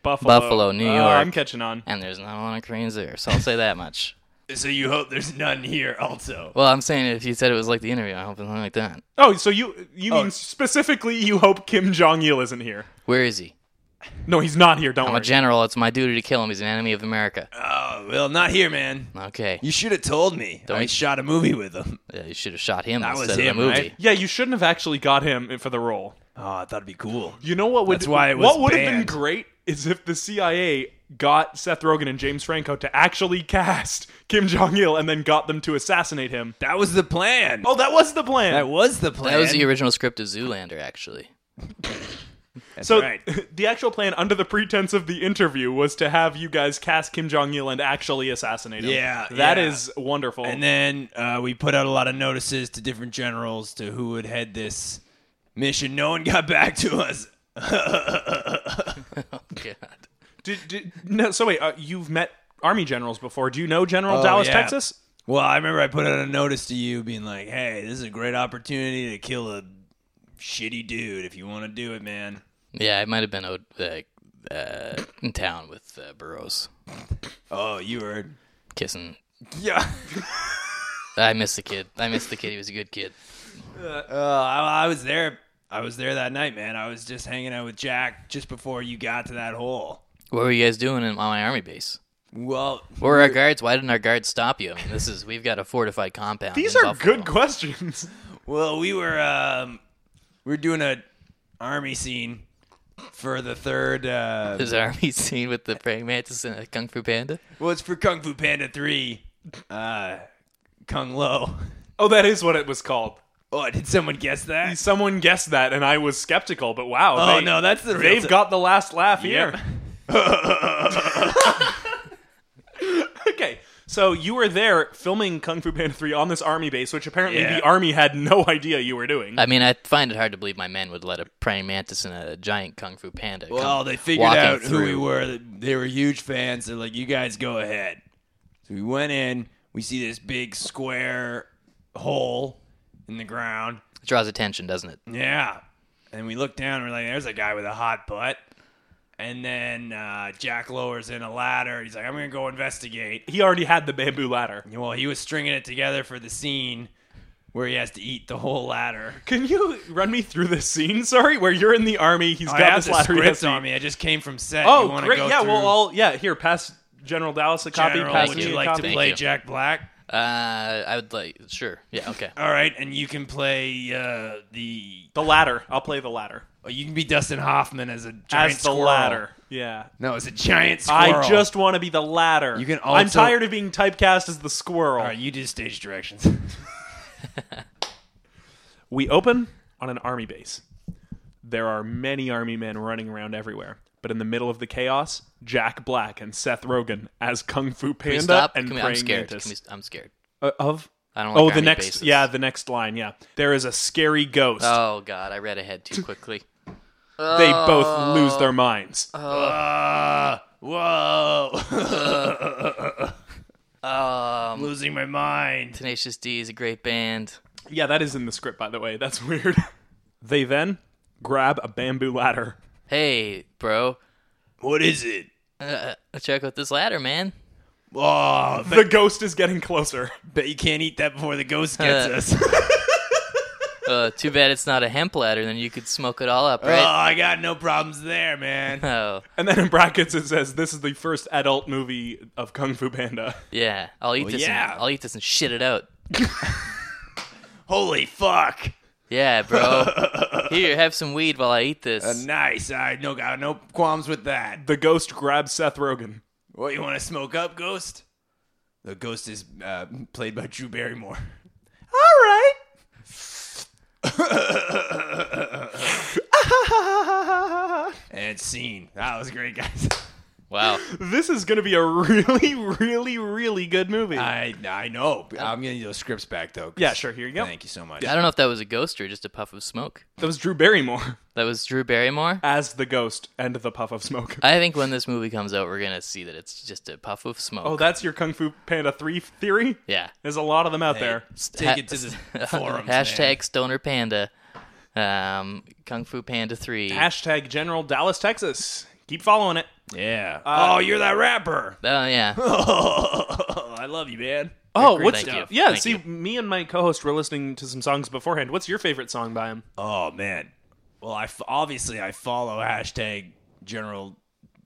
[SPEAKER 1] Buffalo,
[SPEAKER 3] Buffalo, New
[SPEAKER 1] Uh,
[SPEAKER 3] York.
[SPEAKER 1] I'm catching on.
[SPEAKER 3] And there's not a lot of Koreans there, so I'll say that much.
[SPEAKER 4] so you hope there's none here also.
[SPEAKER 3] Well, I'm saying if you said it was like the interview, I hope it's not like that.
[SPEAKER 1] Oh, so you you
[SPEAKER 4] Oh.
[SPEAKER 1] mean specifically you hope Kim Jong Il isn't here?
[SPEAKER 3] Where is he?
[SPEAKER 1] No, he's not here. Don't
[SPEAKER 3] I'm a
[SPEAKER 1] worry.
[SPEAKER 3] general. It's my duty to kill him. He's an enemy of America.
[SPEAKER 4] Oh, well, not here, man.
[SPEAKER 3] Okay.
[SPEAKER 4] You should have told me. I
[SPEAKER 3] we-
[SPEAKER 4] shot a movie with him. [LAUGHS]
[SPEAKER 3] Yeah, you should have shot him
[SPEAKER 4] That was
[SPEAKER 3] instead of
[SPEAKER 4] him,
[SPEAKER 3] the movie.
[SPEAKER 4] right?
[SPEAKER 1] yeah, you shouldn't have actually got him for the role.
[SPEAKER 4] Oh, I thought it'd be cool.
[SPEAKER 1] You know what would
[SPEAKER 4] That's why it was
[SPEAKER 1] what would have been
[SPEAKER 4] banned.
[SPEAKER 1] great is if the CIA got Seth Rogen and James Franco to actually cast Kim Jong Il and then got them to assassinate him.
[SPEAKER 4] That was the plan.
[SPEAKER 1] Oh, that was the plan.
[SPEAKER 4] that was the plan.
[SPEAKER 3] That was the original script of Zoolander, actually.
[SPEAKER 4] That's
[SPEAKER 1] so
[SPEAKER 4] right.
[SPEAKER 1] [LAUGHS] the actual plan under the pretense of the interview was to have you guys cast Kim Jong Il and actually assassinate him.
[SPEAKER 4] Yeah,
[SPEAKER 1] that
[SPEAKER 4] yeah.
[SPEAKER 1] is wonderful.
[SPEAKER 4] And then uh, we put out a lot of notices to different generals to who would head this mission. No one [LAUGHS] got back to us.
[SPEAKER 3] God.
[SPEAKER 1] Did, did, no, so wait, uh, you've met army generals before. Do you know General
[SPEAKER 4] Oh,
[SPEAKER 1] Dallas,
[SPEAKER 4] yeah.
[SPEAKER 1] Texas?
[SPEAKER 4] Well, I remember I put out a notice to you being like, hey, this is a great opportunity to kill a shitty dude if you want to do it, man.
[SPEAKER 3] Yeah, I might have been out, uh, uh, in town with uh, Burroughs
[SPEAKER 4] Oh, you heard.
[SPEAKER 3] kissing.
[SPEAKER 4] Yeah.
[SPEAKER 3] I miss the kid. I miss the kid. He was a good kid.
[SPEAKER 4] [LAUGHS] Uh, I, I was there. I was there that night, man. I was just hanging out with Jack just before you got to that hole.
[SPEAKER 3] What were you guys doing in, on my army base?
[SPEAKER 4] Well,
[SPEAKER 3] Where were our guards? Why didn't our guards stop you? I mean, this is we've got a fortified compound.
[SPEAKER 1] These
[SPEAKER 3] in
[SPEAKER 1] are
[SPEAKER 3] Buffalo.
[SPEAKER 1] good [LAUGHS] questions.
[SPEAKER 4] well, we were um, we were doing a army scene for the third. Uh,
[SPEAKER 3] This army [LAUGHS] scene with the praying mantis and a kung fu panda.
[SPEAKER 4] well, it's for Kung Fu Panda Three, uh, Kung Lo. [LAUGHS]
[SPEAKER 1] Oh, that is what it was called.
[SPEAKER 4] Oh, did someone guess that?
[SPEAKER 1] Someone guessed that, and I was skeptical. But wow,
[SPEAKER 4] Oh
[SPEAKER 1] they-
[SPEAKER 4] no, that's the real
[SPEAKER 1] they've got the last laugh
[SPEAKER 4] Yep.
[SPEAKER 1] here. [LAUGHS] okay, so you were there filming Kung Fu Panda Three on this army base, which apparently
[SPEAKER 4] Yeah.
[SPEAKER 1] the army had no [LAUGHS] idea you were doing.
[SPEAKER 3] I mean, I find it hard to believe my men would let a praying mantis and a giant kung fu panda. come
[SPEAKER 4] Well, Oh, they figured
[SPEAKER 3] walking
[SPEAKER 4] out who
[SPEAKER 3] through.
[SPEAKER 4] we were. They were huge fans. They're like, you guys go ahead. So we went in. We see this big square hole in the ground.
[SPEAKER 3] It draws attention, doesn't it?
[SPEAKER 4] Yeah. And we look down. We're like, there's a guy with a hot butt. And then uh, Jack lowers in a ladder. He's like, I'm going to go investigate.
[SPEAKER 1] he already had the bamboo ladder.
[SPEAKER 4] Well, he was stringing it together for the scene where he has to eat the whole ladder.
[SPEAKER 1] Can you run me through this scene? Sorry, where you're in the army, he's
[SPEAKER 4] Oh, I
[SPEAKER 1] got
[SPEAKER 4] have
[SPEAKER 1] this
[SPEAKER 4] the
[SPEAKER 1] ladder. he has
[SPEAKER 4] script
[SPEAKER 1] to
[SPEAKER 4] on me. I just came from set. You
[SPEAKER 1] Oh,
[SPEAKER 4] wanna
[SPEAKER 1] great.
[SPEAKER 4] go
[SPEAKER 1] Yeah, well,
[SPEAKER 4] through-
[SPEAKER 1] I'll, yeah, here, pass General Dallas a copy.
[SPEAKER 4] General,
[SPEAKER 1] pass
[SPEAKER 4] would
[SPEAKER 1] me a
[SPEAKER 4] you like to
[SPEAKER 1] copy.
[SPEAKER 4] play
[SPEAKER 3] you.
[SPEAKER 4] Jack Black?
[SPEAKER 3] Uh, I would like, sure, yeah, okay.
[SPEAKER 4] All right, and you can play uh, the.
[SPEAKER 1] the ladder. I'll play the ladder.
[SPEAKER 4] oh, You can be Dustin Hoffman as a giant
[SPEAKER 1] As the
[SPEAKER 4] squirrel.
[SPEAKER 1] ladder. Yeah.
[SPEAKER 4] No, as a giant squirrel.
[SPEAKER 1] I just want to be the ladder.
[SPEAKER 4] You can
[SPEAKER 1] I'm
[SPEAKER 4] also-
[SPEAKER 1] tired of being typecast as the squirrel.
[SPEAKER 4] All right, you do stage directions. [LAUGHS]
[SPEAKER 1] We open on an army base. There are many army men running around everywhere. But in the middle of the chaos, Jack Black and Seth Rogen as Kung Fu
[SPEAKER 3] Can we
[SPEAKER 1] Panda
[SPEAKER 3] stop?
[SPEAKER 1] and
[SPEAKER 3] Can we-
[SPEAKER 1] praying
[SPEAKER 3] I'm scared. Can
[SPEAKER 1] mantis.
[SPEAKER 3] we, I'm scared.
[SPEAKER 1] Uh, of
[SPEAKER 3] I don't like
[SPEAKER 1] oh the
[SPEAKER 3] army
[SPEAKER 1] next
[SPEAKER 3] bases.
[SPEAKER 1] yeah the next line yeah there is a scary ghost.
[SPEAKER 3] Oh, God, I read ahead too quickly.
[SPEAKER 1] they both lose
[SPEAKER 3] Oh.
[SPEAKER 1] their minds.
[SPEAKER 4] uh, whoa.
[SPEAKER 3] Um,
[SPEAKER 4] I'm [LAUGHS] losing my mind.
[SPEAKER 3] Tenacious D is a great band.
[SPEAKER 1] Yeah, that is in the script, by the way. That's [LAUGHS] weird. they then grab a bamboo ladder. [LAUGHS]
[SPEAKER 3] Hey, bro,
[SPEAKER 4] What is it?
[SPEAKER 3] uh, check out this ladder, man.
[SPEAKER 4] Oh,
[SPEAKER 1] The ghost is getting closer.
[SPEAKER 4] bet you can't eat that before the ghost gets
[SPEAKER 3] Uh,
[SPEAKER 4] us.
[SPEAKER 3] Uh, too bad it's not a hemp ladder, then you could smoke it all up,
[SPEAKER 4] [LAUGHS] Oh,
[SPEAKER 3] right?
[SPEAKER 4] I got no problems there,
[SPEAKER 3] [LAUGHS]
[SPEAKER 4] man.
[SPEAKER 3] Oh,
[SPEAKER 1] And then in brackets it says, "This is the first adult movie of Kung Fu Panda." [LAUGHS]
[SPEAKER 3] yeah. I'll eat
[SPEAKER 4] Well,
[SPEAKER 3] this.
[SPEAKER 4] yeah.
[SPEAKER 3] And, I'll eat this and shit it out.
[SPEAKER 4] Holy fuck.
[SPEAKER 3] Yeah, bro. Here, have some weed while I eat this.
[SPEAKER 4] Uh, nice. I no got no qualms with that.
[SPEAKER 1] The ghost grabs Seth Rogen.
[SPEAKER 4] What you want to smoke up, Ghost? The Ghost is [LAUGHS] uh, played by Drew Barrymore.
[SPEAKER 1] All right.
[SPEAKER 4] good scene. That was great, guys. [LAUGHS]
[SPEAKER 3] Wow.
[SPEAKER 1] This is going to be a [LAUGHS] really, really, really good movie.
[SPEAKER 4] I I know. I'm gonna need those scripts back though. 'cause-
[SPEAKER 1] Yeah, sure, here you go.
[SPEAKER 4] Thank you so much.
[SPEAKER 3] I don't know if that was a ghost or just a puff of smoke.
[SPEAKER 1] that was Drew Barrymore [LAUGHS]
[SPEAKER 3] That was Drew Barrymore.
[SPEAKER 1] as the ghost and the puff of smoke.
[SPEAKER 3] I think when this movie comes out, we're gonna see that it's just a puff of smoke.
[SPEAKER 1] oh, that's your Kung Fu Panda 3 theory?
[SPEAKER 3] yeah.
[SPEAKER 1] There's a lot of them out there.
[SPEAKER 4] Take it to
[SPEAKER 3] [LAUGHS]
[SPEAKER 4] the forums. man.
[SPEAKER 3] Hashtag Stoner Panda. Um, Kung Fu Panda Three.
[SPEAKER 1] Hashtag General Dallas, Texas. Keep following it.
[SPEAKER 4] Yeah.
[SPEAKER 1] Uh,
[SPEAKER 4] oh, you're that rapper. [LAUGHS]
[SPEAKER 3] oh yeah.
[SPEAKER 4] I love you, man.
[SPEAKER 1] Oh,
[SPEAKER 3] Agreed.
[SPEAKER 1] what's
[SPEAKER 3] Thank you.
[SPEAKER 1] yeah?
[SPEAKER 3] Thank
[SPEAKER 1] see, me and my co-host were listening to some songs beforehand. What's your favorite song by him?
[SPEAKER 4] Oh man. Well, I f- obviously I follow hashtag General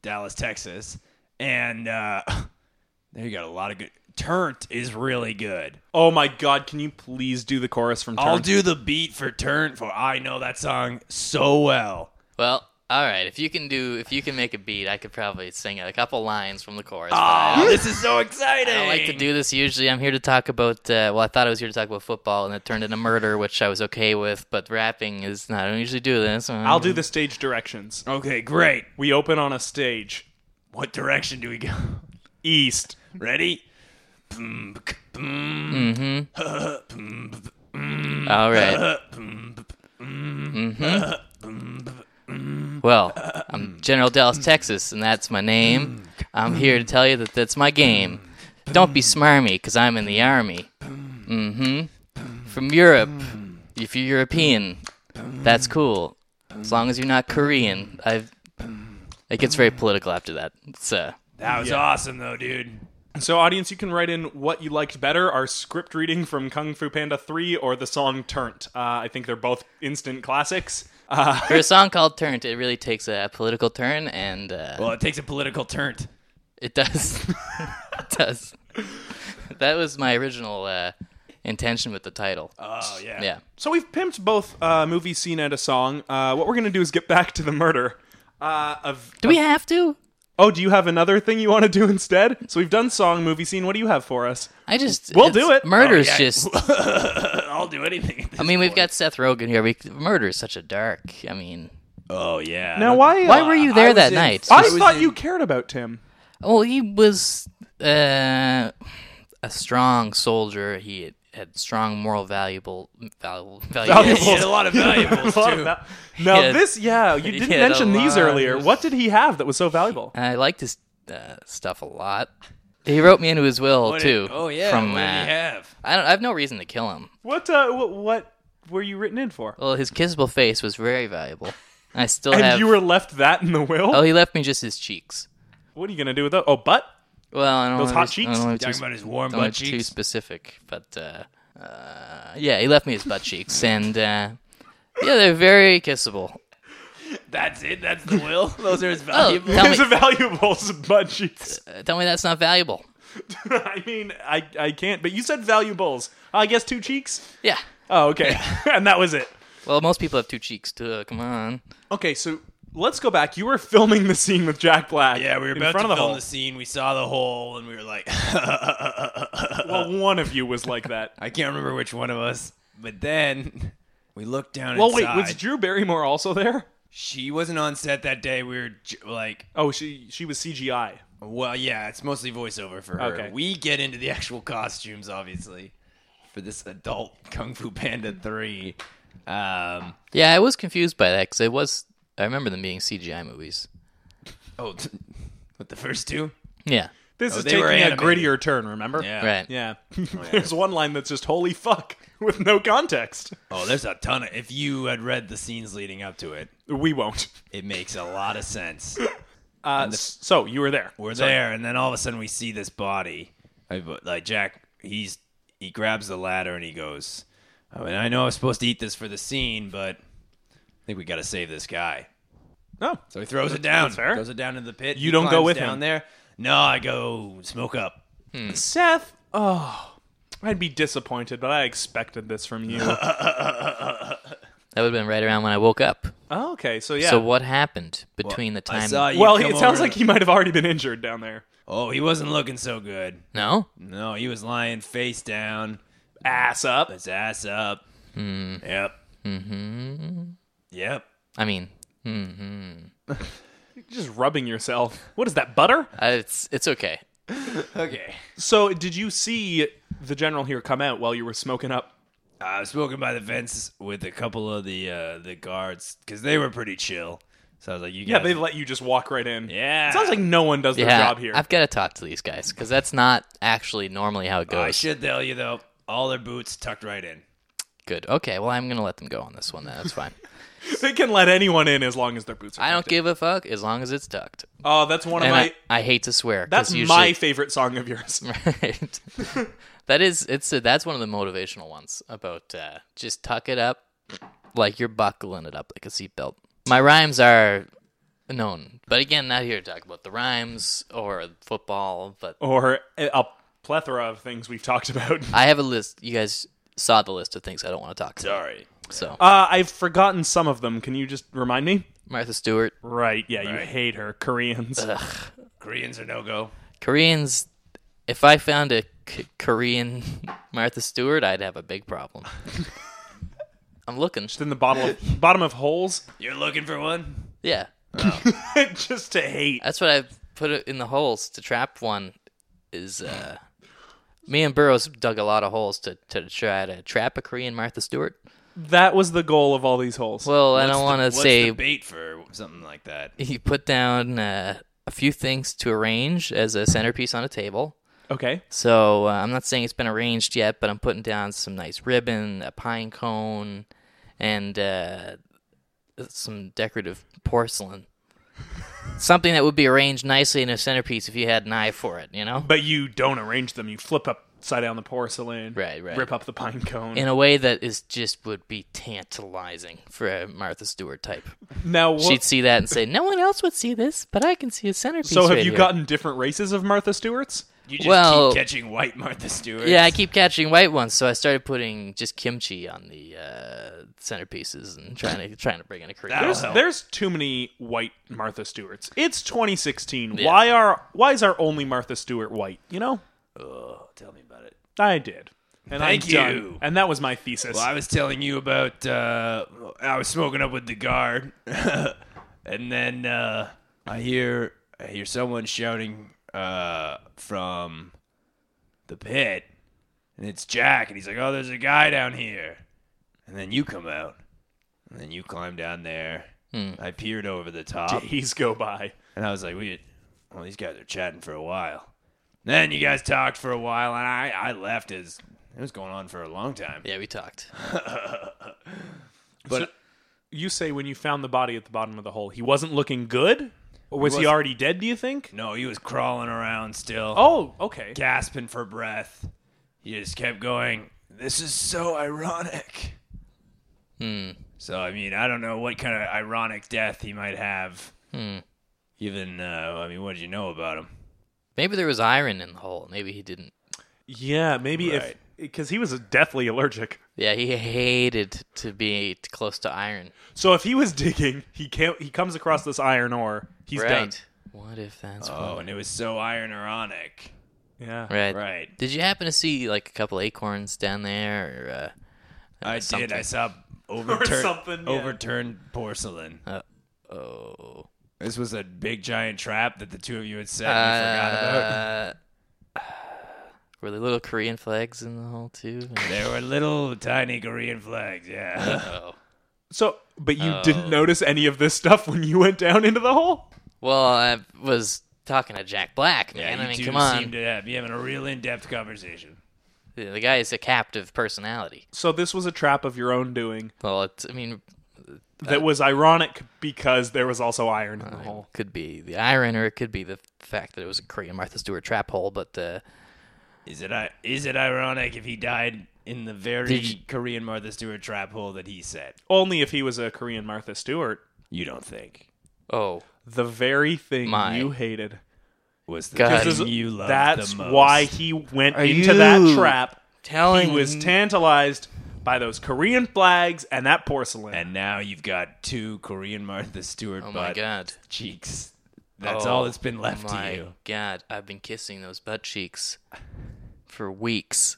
[SPEAKER 4] Dallas Texas, and uh, [LAUGHS] there you got a lot of good. Turnt is really good.
[SPEAKER 1] Oh my God! Can you please do the chorus from? Turn?
[SPEAKER 4] I'll do the beat for Turnt for I know that song so well.
[SPEAKER 3] Well, all right. If you can do, if you can make a beat, I could probably sing a couple lines from the chorus. but I don't-
[SPEAKER 4] this is so exciting.
[SPEAKER 3] I don't like to do this usually. I'm here to talk about. Uh, well, I thought I was here to talk about football, and it turned into murder, which I was okay with. But rapping is not. I don't usually do this.
[SPEAKER 1] I'll do the stage directions.
[SPEAKER 4] Okay, great.
[SPEAKER 1] We open on a stage
[SPEAKER 4] What direction do we go? [LAUGHS]
[SPEAKER 1] east.
[SPEAKER 4] Ready?
[SPEAKER 3] All right. hmm Well, I'm General Dallas, Texas, and that's my name. I'm here to tell you that that's my game. Don't be smarmy, because I'm in the army. hmm From Europe. If you're European, that's cool. As long as you're not Korean. I've. It gets very political after that. It's uh,
[SPEAKER 4] That was awesome though, dude.
[SPEAKER 1] So, audience, you can write in what you liked better: our script reading from Kung Fu Panda Three or the song Turnt. Uh, I think they're both instant classics. Uh, [LAUGHS]
[SPEAKER 3] for a song called "Turn," it really takes a political turn, and uh,
[SPEAKER 4] Well, it takes a political turn.
[SPEAKER 3] It does. [LAUGHS] it does. that was my original uh, intention with the title.
[SPEAKER 4] Oh yeah.
[SPEAKER 3] yeah.
[SPEAKER 1] So we've pimped both uh, movie scene and a song. Uh, what we're gonna do is get back to the murder. Uh, of
[SPEAKER 3] Do we have to?
[SPEAKER 1] oh, do you have another thing you want to do instead? So we've done song, movie scene. What do you have for us?
[SPEAKER 3] I just
[SPEAKER 1] We'll
[SPEAKER 3] it's-
[SPEAKER 1] do it.
[SPEAKER 3] Murder's
[SPEAKER 4] Oh, yeah. [LAUGHS]
[SPEAKER 3] just.
[SPEAKER 4] I'll do anything.
[SPEAKER 3] I mean, we've got Seth Rogen here. We, murder is such a dark. I mean,
[SPEAKER 4] Oh yeah.
[SPEAKER 1] Now,
[SPEAKER 4] [LAUGHS]
[SPEAKER 1] why?
[SPEAKER 3] why
[SPEAKER 1] uh,
[SPEAKER 3] were you
[SPEAKER 4] I
[SPEAKER 3] there
[SPEAKER 4] was
[SPEAKER 3] that
[SPEAKER 4] in-
[SPEAKER 3] night?
[SPEAKER 1] I
[SPEAKER 4] was
[SPEAKER 1] thought
[SPEAKER 4] in-
[SPEAKER 1] you cared about Tim.
[SPEAKER 3] well, he was uh, a strong soldier. He had, had strong moral valuable valuable
[SPEAKER 4] Yeah,
[SPEAKER 3] valuables.
[SPEAKER 4] he had a lot
[SPEAKER 1] [LAUGHS]
[SPEAKER 4] of valuables
[SPEAKER 1] Thought
[SPEAKER 4] too.
[SPEAKER 1] about- Now
[SPEAKER 3] had-
[SPEAKER 1] this, yeah, you didn't
[SPEAKER 3] had a
[SPEAKER 1] mention these
[SPEAKER 3] lot of-
[SPEAKER 1] earlier. What did he have that was so
[SPEAKER 3] [LAUGHS]
[SPEAKER 1] valuable?
[SPEAKER 3] I liked his uh, stuff a lot. He wrote me into his will
[SPEAKER 4] What
[SPEAKER 3] too.
[SPEAKER 4] did- oh yeah.
[SPEAKER 3] From
[SPEAKER 4] what did he
[SPEAKER 3] uh,
[SPEAKER 4] have?
[SPEAKER 3] I don't. I have no reason to kill him.
[SPEAKER 1] What? Uh, what? What were you written in for?
[SPEAKER 3] Well, his kissable face was very valuable. I
[SPEAKER 1] [LAUGHS]
[SPEAKER 3] still
[SPEAKER 1] And
[SPEAKER 3] have.
[SPEAKER 1] you were left that in the will.
[SPEAKER 3] oh, he left me just his cheeks.
[SPEAKER 1] What are you gonna do with that? Oh, but
[SPEAKER 3] Well, I don't
[SPEAKER 1] Those
[SPEAKER 3] wanna
[SPEAKER 1] hot
[SPEAKER 3] be- I
[SPEAKER 1] cheeks?
[SPEAKER 3] don't wanna be
[SPEAKER 4] Talking
[SPEAKER 3] too,
[SPEAKER 4] about his warm
[SPEAKER 3] don't wanna
[SPEAKER 4] butt
[SPEAKER 3] be too
[SPEAKER 4] cheeks.
[SPEAKER 3] specific, but uh, uh, yeah, he left me his butt cheeks, and uh, yeah, they're very kissable.
[SPEAKER 4] That's it. That's the will. [LAUGHS] Those are his
[SPEAKER 3] Oh,
[SPEAKER 4] valuables.
[SPEAKER 3] tell
[SPEAKER 1] there's a
[SPEAKER 3] me,
[SPEAKER 1] valuable [LAUGHS] budget.
[SPEAKER 3] Uh, tell me that's not valuable.
[SPEAKER 1] I mean, I, I can't. But you said valuables. I guess two cheeks.
[SPEAKER 3] Yeah.
[SPEAKER 1] Oh, okay, [LAUGHS] and that was it.
[SPEAKER 3] Well, most people have two cheeks too. Come on.
[SPEAKER 1] Okay, so let's go back. You were filming the scene with Jack Black.
[SPEAKER 4] Yeah, we were
[SPEAKER 1] in
[SPEAKER 4] about
[SPEAKER 1] front
[SPEAKER 4] to
[SPEAKER 1] of the
[SPEAKER 4] film
[SPEAKER 1] hole.
[SPEAKER 4] the scene. We saw the hole, and we were like, [LAUGHS] uh,
[SPEAKER 1] Well, one of you was like
[SPEAKER 4] [LAUGHS]
[SPEAKER 1] that. [LAUGHS]
[SPEAKER 4] I can't remember which one of us. But then [LAUGHS] we looked down.
[SPEAKER 1] well, wait,
[SPEAKER 4] inside.
[SPEAKER 1] was Drew Barrymore also there?
[SPEAKER 4] She wasn't on set that day. We were j- like,
[SPEAKER 1] Oh, she she was CGI.
[SPEAKER 4] well, yeah, it's mostly voiceover for her.
[SPEAKER 1] Okay.
[SPEAKER 4] We get into the actual costumes, obviously, for this adult Kung Fu Panda three. Um,
[SPEAKER 3] Yeah, I was confused by that because it was. I remember them being CGI movies.
[SPEAKER 4] oh, t- what the first two?
[SPEAKER 3] Yeah.
[SPEAKER 1] This
[SPEAKER 4] Oh,
[SPEAKER 1] is
[SPEAKER 4] they
[SPEAKER 1] taking
[SPEAKER 4] were
[SPEAKER 1] a
[SPEAKER 4] animated. Oh,
[SPEAKER 1] grittier turn. Remember?
[SPEAKER 3] Right.
[SPEAKER 1] Yeah. [LAUGHS] There's one line that's just "Holy fuck" [LAUGHS] with no context.
[SPEAKER 4] Oh, there's a ton of. If you had read the scenes leading up to it,
[SPEAKER 1] We won't.
[SPEAKER 4] it makes a lot of sense.
[SPEAKER 1] Uh, so you were there.
[SPEAKER 4] We're there, and then all of a sudden we see this body. I, like Jack, he's he grabs the ladder and he goes. I mean, I know I was supposed to eat this for the scene, but I think we got to save this guy.
[SPEAKER 1] Oh,
[SPEAKER 4] So he throws it down.
[SPEAKER 1] that's fair.
[SPEAKER 4] Throws it down into the pit.
[SPEAKER 1] You
[SPEAKER 4] He
[SPEAKER 1] don't go
[SPEAKER 4] climbs
[SPEAKER 1] with
[SPEAKER 4] down
[SPEAKER 1] him.
[SPEAKER 4] there. No, I go smoke up.
[SPEAKER 1] Hmm. Seth, oh, I'd be disappointed, but I expected this from you. [LAUGHS]
[SPEAKER 3] That would have been right around when I woke up.
[SPEAKER 1] oh, okay, so yeah.
[SPEAKER 3] So what happened between the time?
[SPEAKER 4] I saw you.
[SPEAKER 1] well,
[SPEAKER 4] come
[SPEAKER 1] it sounds
[SPEAKER 4] over
[SPEAKER 1] like
[SPEAKER 4] to-
[SPEAKER 1] he might have already been injured down there.
[SPEAKER 4] Oh, he wasn't looking so good.
[SPEAKER 3] No.
[SPEAKER 4] No, he was lying face down,
[SPEAKER 1] Ass up.
[SPEAKER 4] his ass up.
[SPEAKER 3] Hmm.
[SPEAKER 4] Yep. Mm-hmm. Yep.
[SPEAKER 3] I mean,
[SPEAKER 1] Just rubbing yourself. What is that, butter?
[SPEAKER 3] Uh, it's it's okay.
[SPEAKER 4] Okay.
[SPEAKER 1] So, did you see the general here come out while you were smoking up?
[SPEAKER 4] I was smoking by the fence with a couple of the uh, the guards because they were pretty chill. So I was like, "You
[SPEAKER 1] Yeah,
[SPEAKER 4] guys,
[SPEAKER 1] they let you just walk right in.
[SPEAKER 4] Yeah.
[SPEAKER 1] It sounds like no one does their
[SPEAKER 3] yeah,
[SPEAKER 1] job here.
[SPEAKER 3] I've got to talk to these guys because that's not actually normally how it
[SPEAKER 1] Oh,
[SPEAKER 3] goes.
[SPEAKER 4] I should tell you though, all their boots tucked right in.
[SPEAKER 3] Good. Okay. Well, I'm gonna let them go on this one. Then
[SPEAKER 1] [LAUGHS]
[SPEAKER 3] that's fine.
[SPEAKER 1] [LAUGHS] They can let anyone in as long as their boots are
[SPEAKER 3] I don't
[SPEAKER 1] tucked in.
[SPEAKER 3] give a fuck as long as it's tucked.
[SPEAKER 1] Oh, that's one of
[SPEAKER 3] And
[SPEAKER 1] my.
[SPEAKER 3] I, I hate to swear. 'cause
[SPEAKER 1] that's
[SPEAKER 3] usually,
[SPEAKER 1] my favorite song of yours. [LAUGHS]
[SPEAKER 3] [LAUGHS] Right. that is it's a, that's one of the motivational ones about uh, just tuck it up like you're buckling it up like a seatbelt. My rhymes are known, but again, not here to talk about the rhymes or football. But
[SPEAKER 1] Or a plethora of things we've talked about.
[SPEAKER 3] I have a list. You guys saw the list of things I don't want to talk about.
[SPEAKER 4] Sorry.
[SPEAKER 3] So
[SPEAKER 1] Uh, I've forgotten some of them. Can you just remind me?
[SPEAKER 3] Martha Stewart,
[SPEAKER 1] Right. Yeah, you
[SPEAKER 4] Right.
[SPEAKER 1] hate her. [LAUGHS] Koreans.
[SPEAKER 4] Koreans are no go.
[SPEAKER 3] Koreans. If I found a K- Korean [LAUGHS] Martha Stewart, I'd have a big
[SPEAKER 4] [LAUGHS]
[SPEAKER 3] problem. I'm looking.
[SPEAKER 1] Just in the bottom [LAUGHS] of, bottom of holes.
[SPEAKER 4] You're looking for one?
[SPEAKER 3] Yeah.
[SPEAKER 1] just to hate.
[SPEAKER 3] That's what I put it in the holes to trap one. Is uh, me and Burrows dug a lot of holes to to try to trap a Korean Martha Stewart.
[SPEAKER 1] That was the goal of all these holes.
[SPEAKER 3] Well, I
[SPEAKER 4] What's
[SPEAKER 3] don't
[SPEAKER 4] the-
[SPEAKER 3] want to
[SPEAKER 4] what's
[SPEAKER 3] say
[SPEAKER 4] the bait for something like that.
[SPEAKER 3] he put down uh, a few things to arrange as a centerpiece on a table.
[SPEAKER 1] okay.
[SPEAKER 3] So uh, I'm not saying it's been arranged yet, but I'm putting down some nice ribbon, a pine cone, and uh, some decorative
[SPEAKER 1] [LAUGHS]
[SPEAKER 3] porcelain. Something that would be arranged nicely in a centerpiece if you had an eye for it, you know?
[SPEAKER 1] But you don't arrange them. You flip upside down the porcelain.
[SPEAKER 3] Right, right.
[SPEAKER 1] Rip up the pine cone.
[SPEAKER 3] in a way that is just would be tantalizing for a Martha Stewart type.
[SPEAKER 1] now, wha-
[SPEAKER 3] She'd see that and say, "No one else would see this, but I can see a centerpiece."
[SPEAKER 1] so have
[SPEAKER 3] right
[SPEAKER 1] you
[SPEAKER 3] here."
[SPEAKER 1] gotten different races of Martha Stewart's?
[SPEAKER 4] You just
[SPEAKER 3] Well-
[SPEAKER 4] keep catching white Martha Stewart.
[SPEAKER 3] Yeah, I keep catching white ones, so I started putting just kimchi on the uh, centerpieces and trying to trying to bring in a Korean.
[SPEAKER 4] That
[SPEAKER 1] There's,
[SPEAKER 4] was- Wow.
[SPEAKER 1] there's too many white Martha Stewart's. It's 2016. Why are why is our only Martha Stewart white? You know,
[SPEAKER 4] Oh, tell me about it.
[SPEAKER 1] I did, and
[SPEAKER 4] Thank
[SPEAKER 1] I'm done.
[SPEAKER 4] you.
[SPEAKER 1] And that was my thesis.
[SPEAKER 4] Well, I was telling you about uh, I was smoking up with the guard, [LAUGHS] and then uh, I hear I hear someone shouting uh, from the pit, and it's Jack, and he's like, "Oh, there's a guy down here," and then you come out, and then you climb down there.
[SPEAKER 3] Hmm.
[SPEAKER 4] I peered over
[SPEAKER 1] [LAUGHS]
[SPEAKER 4] the top,
[SPEAKER 1] Days go by.
[SPEAKER 4] and I was like, "We, well, these guys are chatting for a while." Then you guys talked for a while, and I I left as it was going on for a long time.
[SPEAKER 3] yeah, we talked.
[SPEAKER 1] But you say when you found the body at the bottom of the hole, he wasn't looking good, or was he,
[SPEAKER 4] wasn't-
[SPEAKER 1] already dead? Do you think?
[SPEAKER 4] No, he was crawling around still,
[SPEAKER 1] Oh, okay.
[SPEAKER 4] gasping for breath. He just kept going, This is so ironic. Hmm. So, I mean, I don't know what kind of ironic death he might have. Hmm. Even, uh, I mean, what did you know about him?
[SPEAKER 3] Maybe there was iron in the hole. Maybe he didn't.
[SPEAKER 1] Yeah, maybe if
[SPEAKER 4] Right.
[SPEAKER 1] because he was deathly allergic.
[SPEAKER 3] Yeah, he hated to be close to iron.
[SPEAKER 1] So if he was digging, he can't. He comes across this iron ore. He's done.
[SPEAKER 3] right. What if that's
[SPEAKER 4] Oh,
[SPEAKER 3] what-
[SPEAKER 4] and it was so iron ironic.
[SPEAKER 1] Yeah.
[SPEAKER 3] right?
[SPEAKER 4] Right.
[SPEAKER 3] Did you happen to see like a couple acorns down there? Or, uh,
[SPEAKER 4] I did.
[SPEAKER 3] something.
[SPEAKER 1] [LAUGHS]
[SPEAKER 4] I saw overturned,
[SPEAKER 1] something, yeah.
[SPEAKER 4] overturned porcelain.
[SPEAKER 3] Oh.
[SPEAKER 4] This was a big giant trap that the two of you had set. and you forgot about.
[SPEAKER 3] Uh, were there little Korean flags in the hole too?
[SPEAKER 4] There were little tiny Korean
[SPEAKER 3] [LAUGHS]
[SPEAKER 4] flags. Yeah.
[SPEAKER 3] oh.
[SPEAKER 1] So, but you didn't notice any of this stuff when you went down into the hole.
[SPEAKER 3] Well, I was talking to Jack Black, man.
[SPEAKER 4] you
[SPEAKER 3] I mean,
[SPEAKER 4] two
[SPEAKER 3] come on,
[SPEAKER 4] seem to have, be having a real in-depth conversation.
[SPEAKER 3] the the guy is a captive personality.
[SPEAKER 1] So this was a trap of your own doing
[SPEAKER 3] Well, it's, I mean,
[SPEAKER 1] that was ironic because there was also iron in the hole.
[SPEAKER 3] it could be the iron, or it could be the fact that it was a Korean Martha Stewart trap hole. But uh,
[SPEAKER 4] Is it i- is it ironic if he died in the very
[SPEAKER 3] Did you-
[SPEAKER 4] Korean Martha Stewart trap hole that he set?
[SPEAKER 1] Only if he was a Korean Martha Stewart,
[SPEAKER 4] You don't think
[SPEAKER 3] oh,
[SPEAKER 1] the very thing
[SPEAKER 3] My.
[SPEAKER 1] you hated.
[SPEAKER 4] was the
[SPEAKER 3] God.
[SPEAKER 4] God,
[SPEAKER 1] This is-
[SPEAKER 4] you loved
[SPEAKER 1] that's
[SPEAKER 4] the most.
[SPEAKER 1] why he went
[SPEAKER 3] Are
[SPEAKER 1] into that
[SPEAKER 3] you
[SPEAKER 1] trap.
[SPEAKER 3] telling
[SPEAKER 1] he was
[SPEAKER 3] me-
[SPEAKER 1] tantalized by those Korean flags and that porcelain.
[SPEAKER 4] And now you've got two Korean Martha Stewart
[SPEAKER 3] oh my
[SPEAKER 4] butt
[SPEAKER 3] God,
[SPEAKER 4] cheeks. That's
[SPEAKER 3] Oh,
[SPEAKER 4] all that's been left
[SPEAKER 3] my
[SPEAKER 4] to you.
[SPEAKER 3] God, I've been kissing those butt cheeks for weeks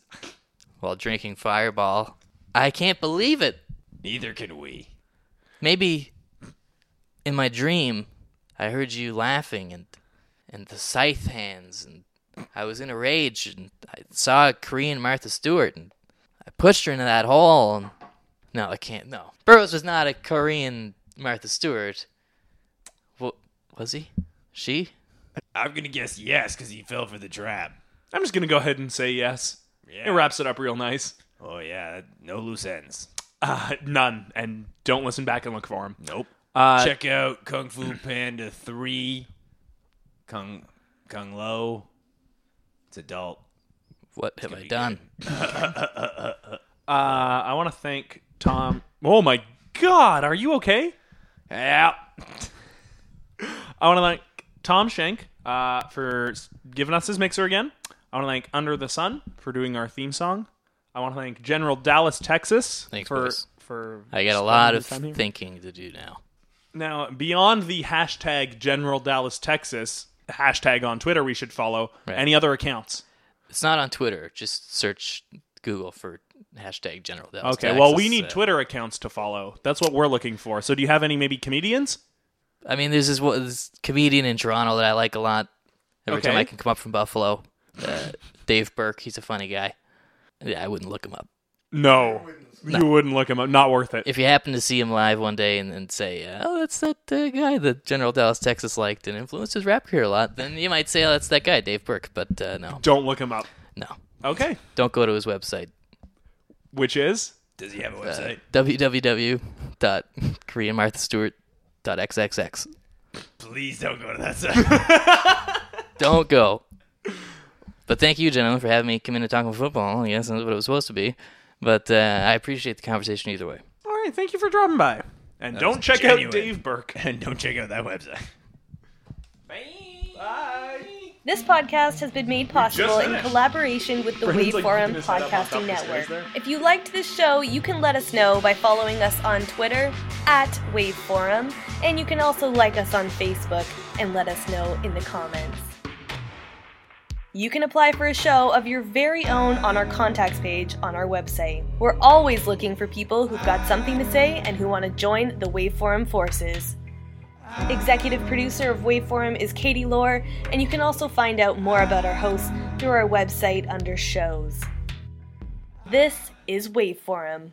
[SPEAKER 3] while drinking Fireball. I can't believe it.
[SPEAKER 4] Neither can we.
[SPEAKER 3] maybe in my dream I heard you laughing and and the scythe hands and I was in a rage and I saw Korean Martha Stewart and I pushed her into that hole and no, I can't. No, Burroughs was not a Korean Martha Stewart. What was he? She?
[SPEAKER 4] I'm gonna guess yes because he fell for the trap.
[SPEAKER 1] I'm just gonna go ahead and say yes.
[SPEAKER 4] Yeah.
[SPEAKER 1] It wraps it up real nice.
[SPEAKER 4] Oh yeah, no loose ends.
[SPEAKER 1] Uh, none, and don't listen back and look for him.
[SPEAKER 4] Nope.
[SPEAKER 1] Uh,
[SPEAKER 4] Check out Kung Fu Panda Three, Kung Kung Lo. It's adult.
[SPEAKER 3] What have I done?
[SPEAKER 1] uh, I want to thank Tom. Oh my God, are you okay?
[SPEAKER 4] Yeah.
[SPEAKER 1] I want to thank Tom Shank uh, for s- giving us his mixer again. I want to thank Under the Sun for doing our theme song. I want to thank General Dallas, Texas,
[SPEAKER 3] Thanks,
[SPEAKER 1] for
[SPEAKER 3] boys.
[SPEAKER 1] for.
[SPEAKER 3] I got a
[SPEAKER 1] spending
[SPEAKER 3] lot
[SPEAKER 1] the
[SPEAKER 3] of
[SPEAKER 1] time here.
[SPEAKER 3] thinking to do now.
[SPEAKER 1] Now, beyond the hashtag General Dallas, Texas hashtag on Twitter, we should follow
[SPEAKER 3] Right.
[SPEAKER 1] any other accounts.
[SPEAKER 3] It's not on Twitter. Just search Google for hashtag General Dallas.
[SPEAKER 1] Okay,
[SPEAKER 3] Tax.
[SPEAKER 1] well,
[SPEAKER 3] It's,
[SPEAKER 1] we need
[SPEAKER 3] uh,
[SPEAKER 1] Twitter accounts to follow. That's what we're looking for. So, do you have any maybe comedians?
[SPEAKER 3] I mean, there's this, one- this comedian in Toronto that I like a lot. Every time
[SPEAKER 1] Okay.
[SPEAKER 3] I can come up from Buffalo, uh, Dave Burke. He's a funny guy. Yeah, I wouldn't look him up.
[SPEAKER 1] No, you wouldn't look him up. Not worth it.
[SPEAKER 3] If you happen to see him live one day and, and say, uh, "Oh, that's that uh, guy that General Dallas Texas liked and influenced his rap career a lot," then you might say, "Oh, that's that guy, Dave Burke." But uh, no,
[SPEAKER 1] Don't look him up.
[SPEAKER 3] no,
[SPEAKER 1] Okay,
[SPEAKER 3] don't go to his website.
[SPEAKER 1] which is
[SPEAKER 4] Does he have a
[SPEAKER 3] Uh,
[SPEAKER 4] website?
[SPEAKER 3] www.koreanmarthastewart.xxx.
[SPEAKER 4] Please don't go to that site.
[SPEAKER 3] Don't go. But thank you, gentlemen, for having me come in and talk about football. I guess that's what it was supposed to be. But uh, I appreciate the conversation either way.
[SPEAKER 1] all right. Thank you for dropping by, and don't
[SPEAKER 4] was
[SPEAKER 1] check
[SPEAKER 4] genuine.
[SPEAKER 1] out Dave Burke. [LAUGHS]
[SPEAKER 4] and don't check out that website.
[SPEAKER 5] This podcast has been made possible in
[SPEAKER 1] finished.
[SPEAKER 5] collaboration with the
[SPEAKER 1] Brendan's, like,
[SPEAKER 5] Waveform
[SPEAKER 1] picking his head up on top
[SPEAKER 5] Podcasting
[SPEAKER 1] of the stairs
[SPEAKER 5] Network. If you liked this show, you can let us know by following us on Twitter at Waveforum, and you can also like us on Facebook and let us know in the comments. You can apply for a show of your very own on our contacts page on our website. We're always looking for people who've got something to say and who want to join the Waveform forces. Executive producer of Waveform is Katie Lohr, and you can also find out more about our hosts through our website under shows. This is Waveform.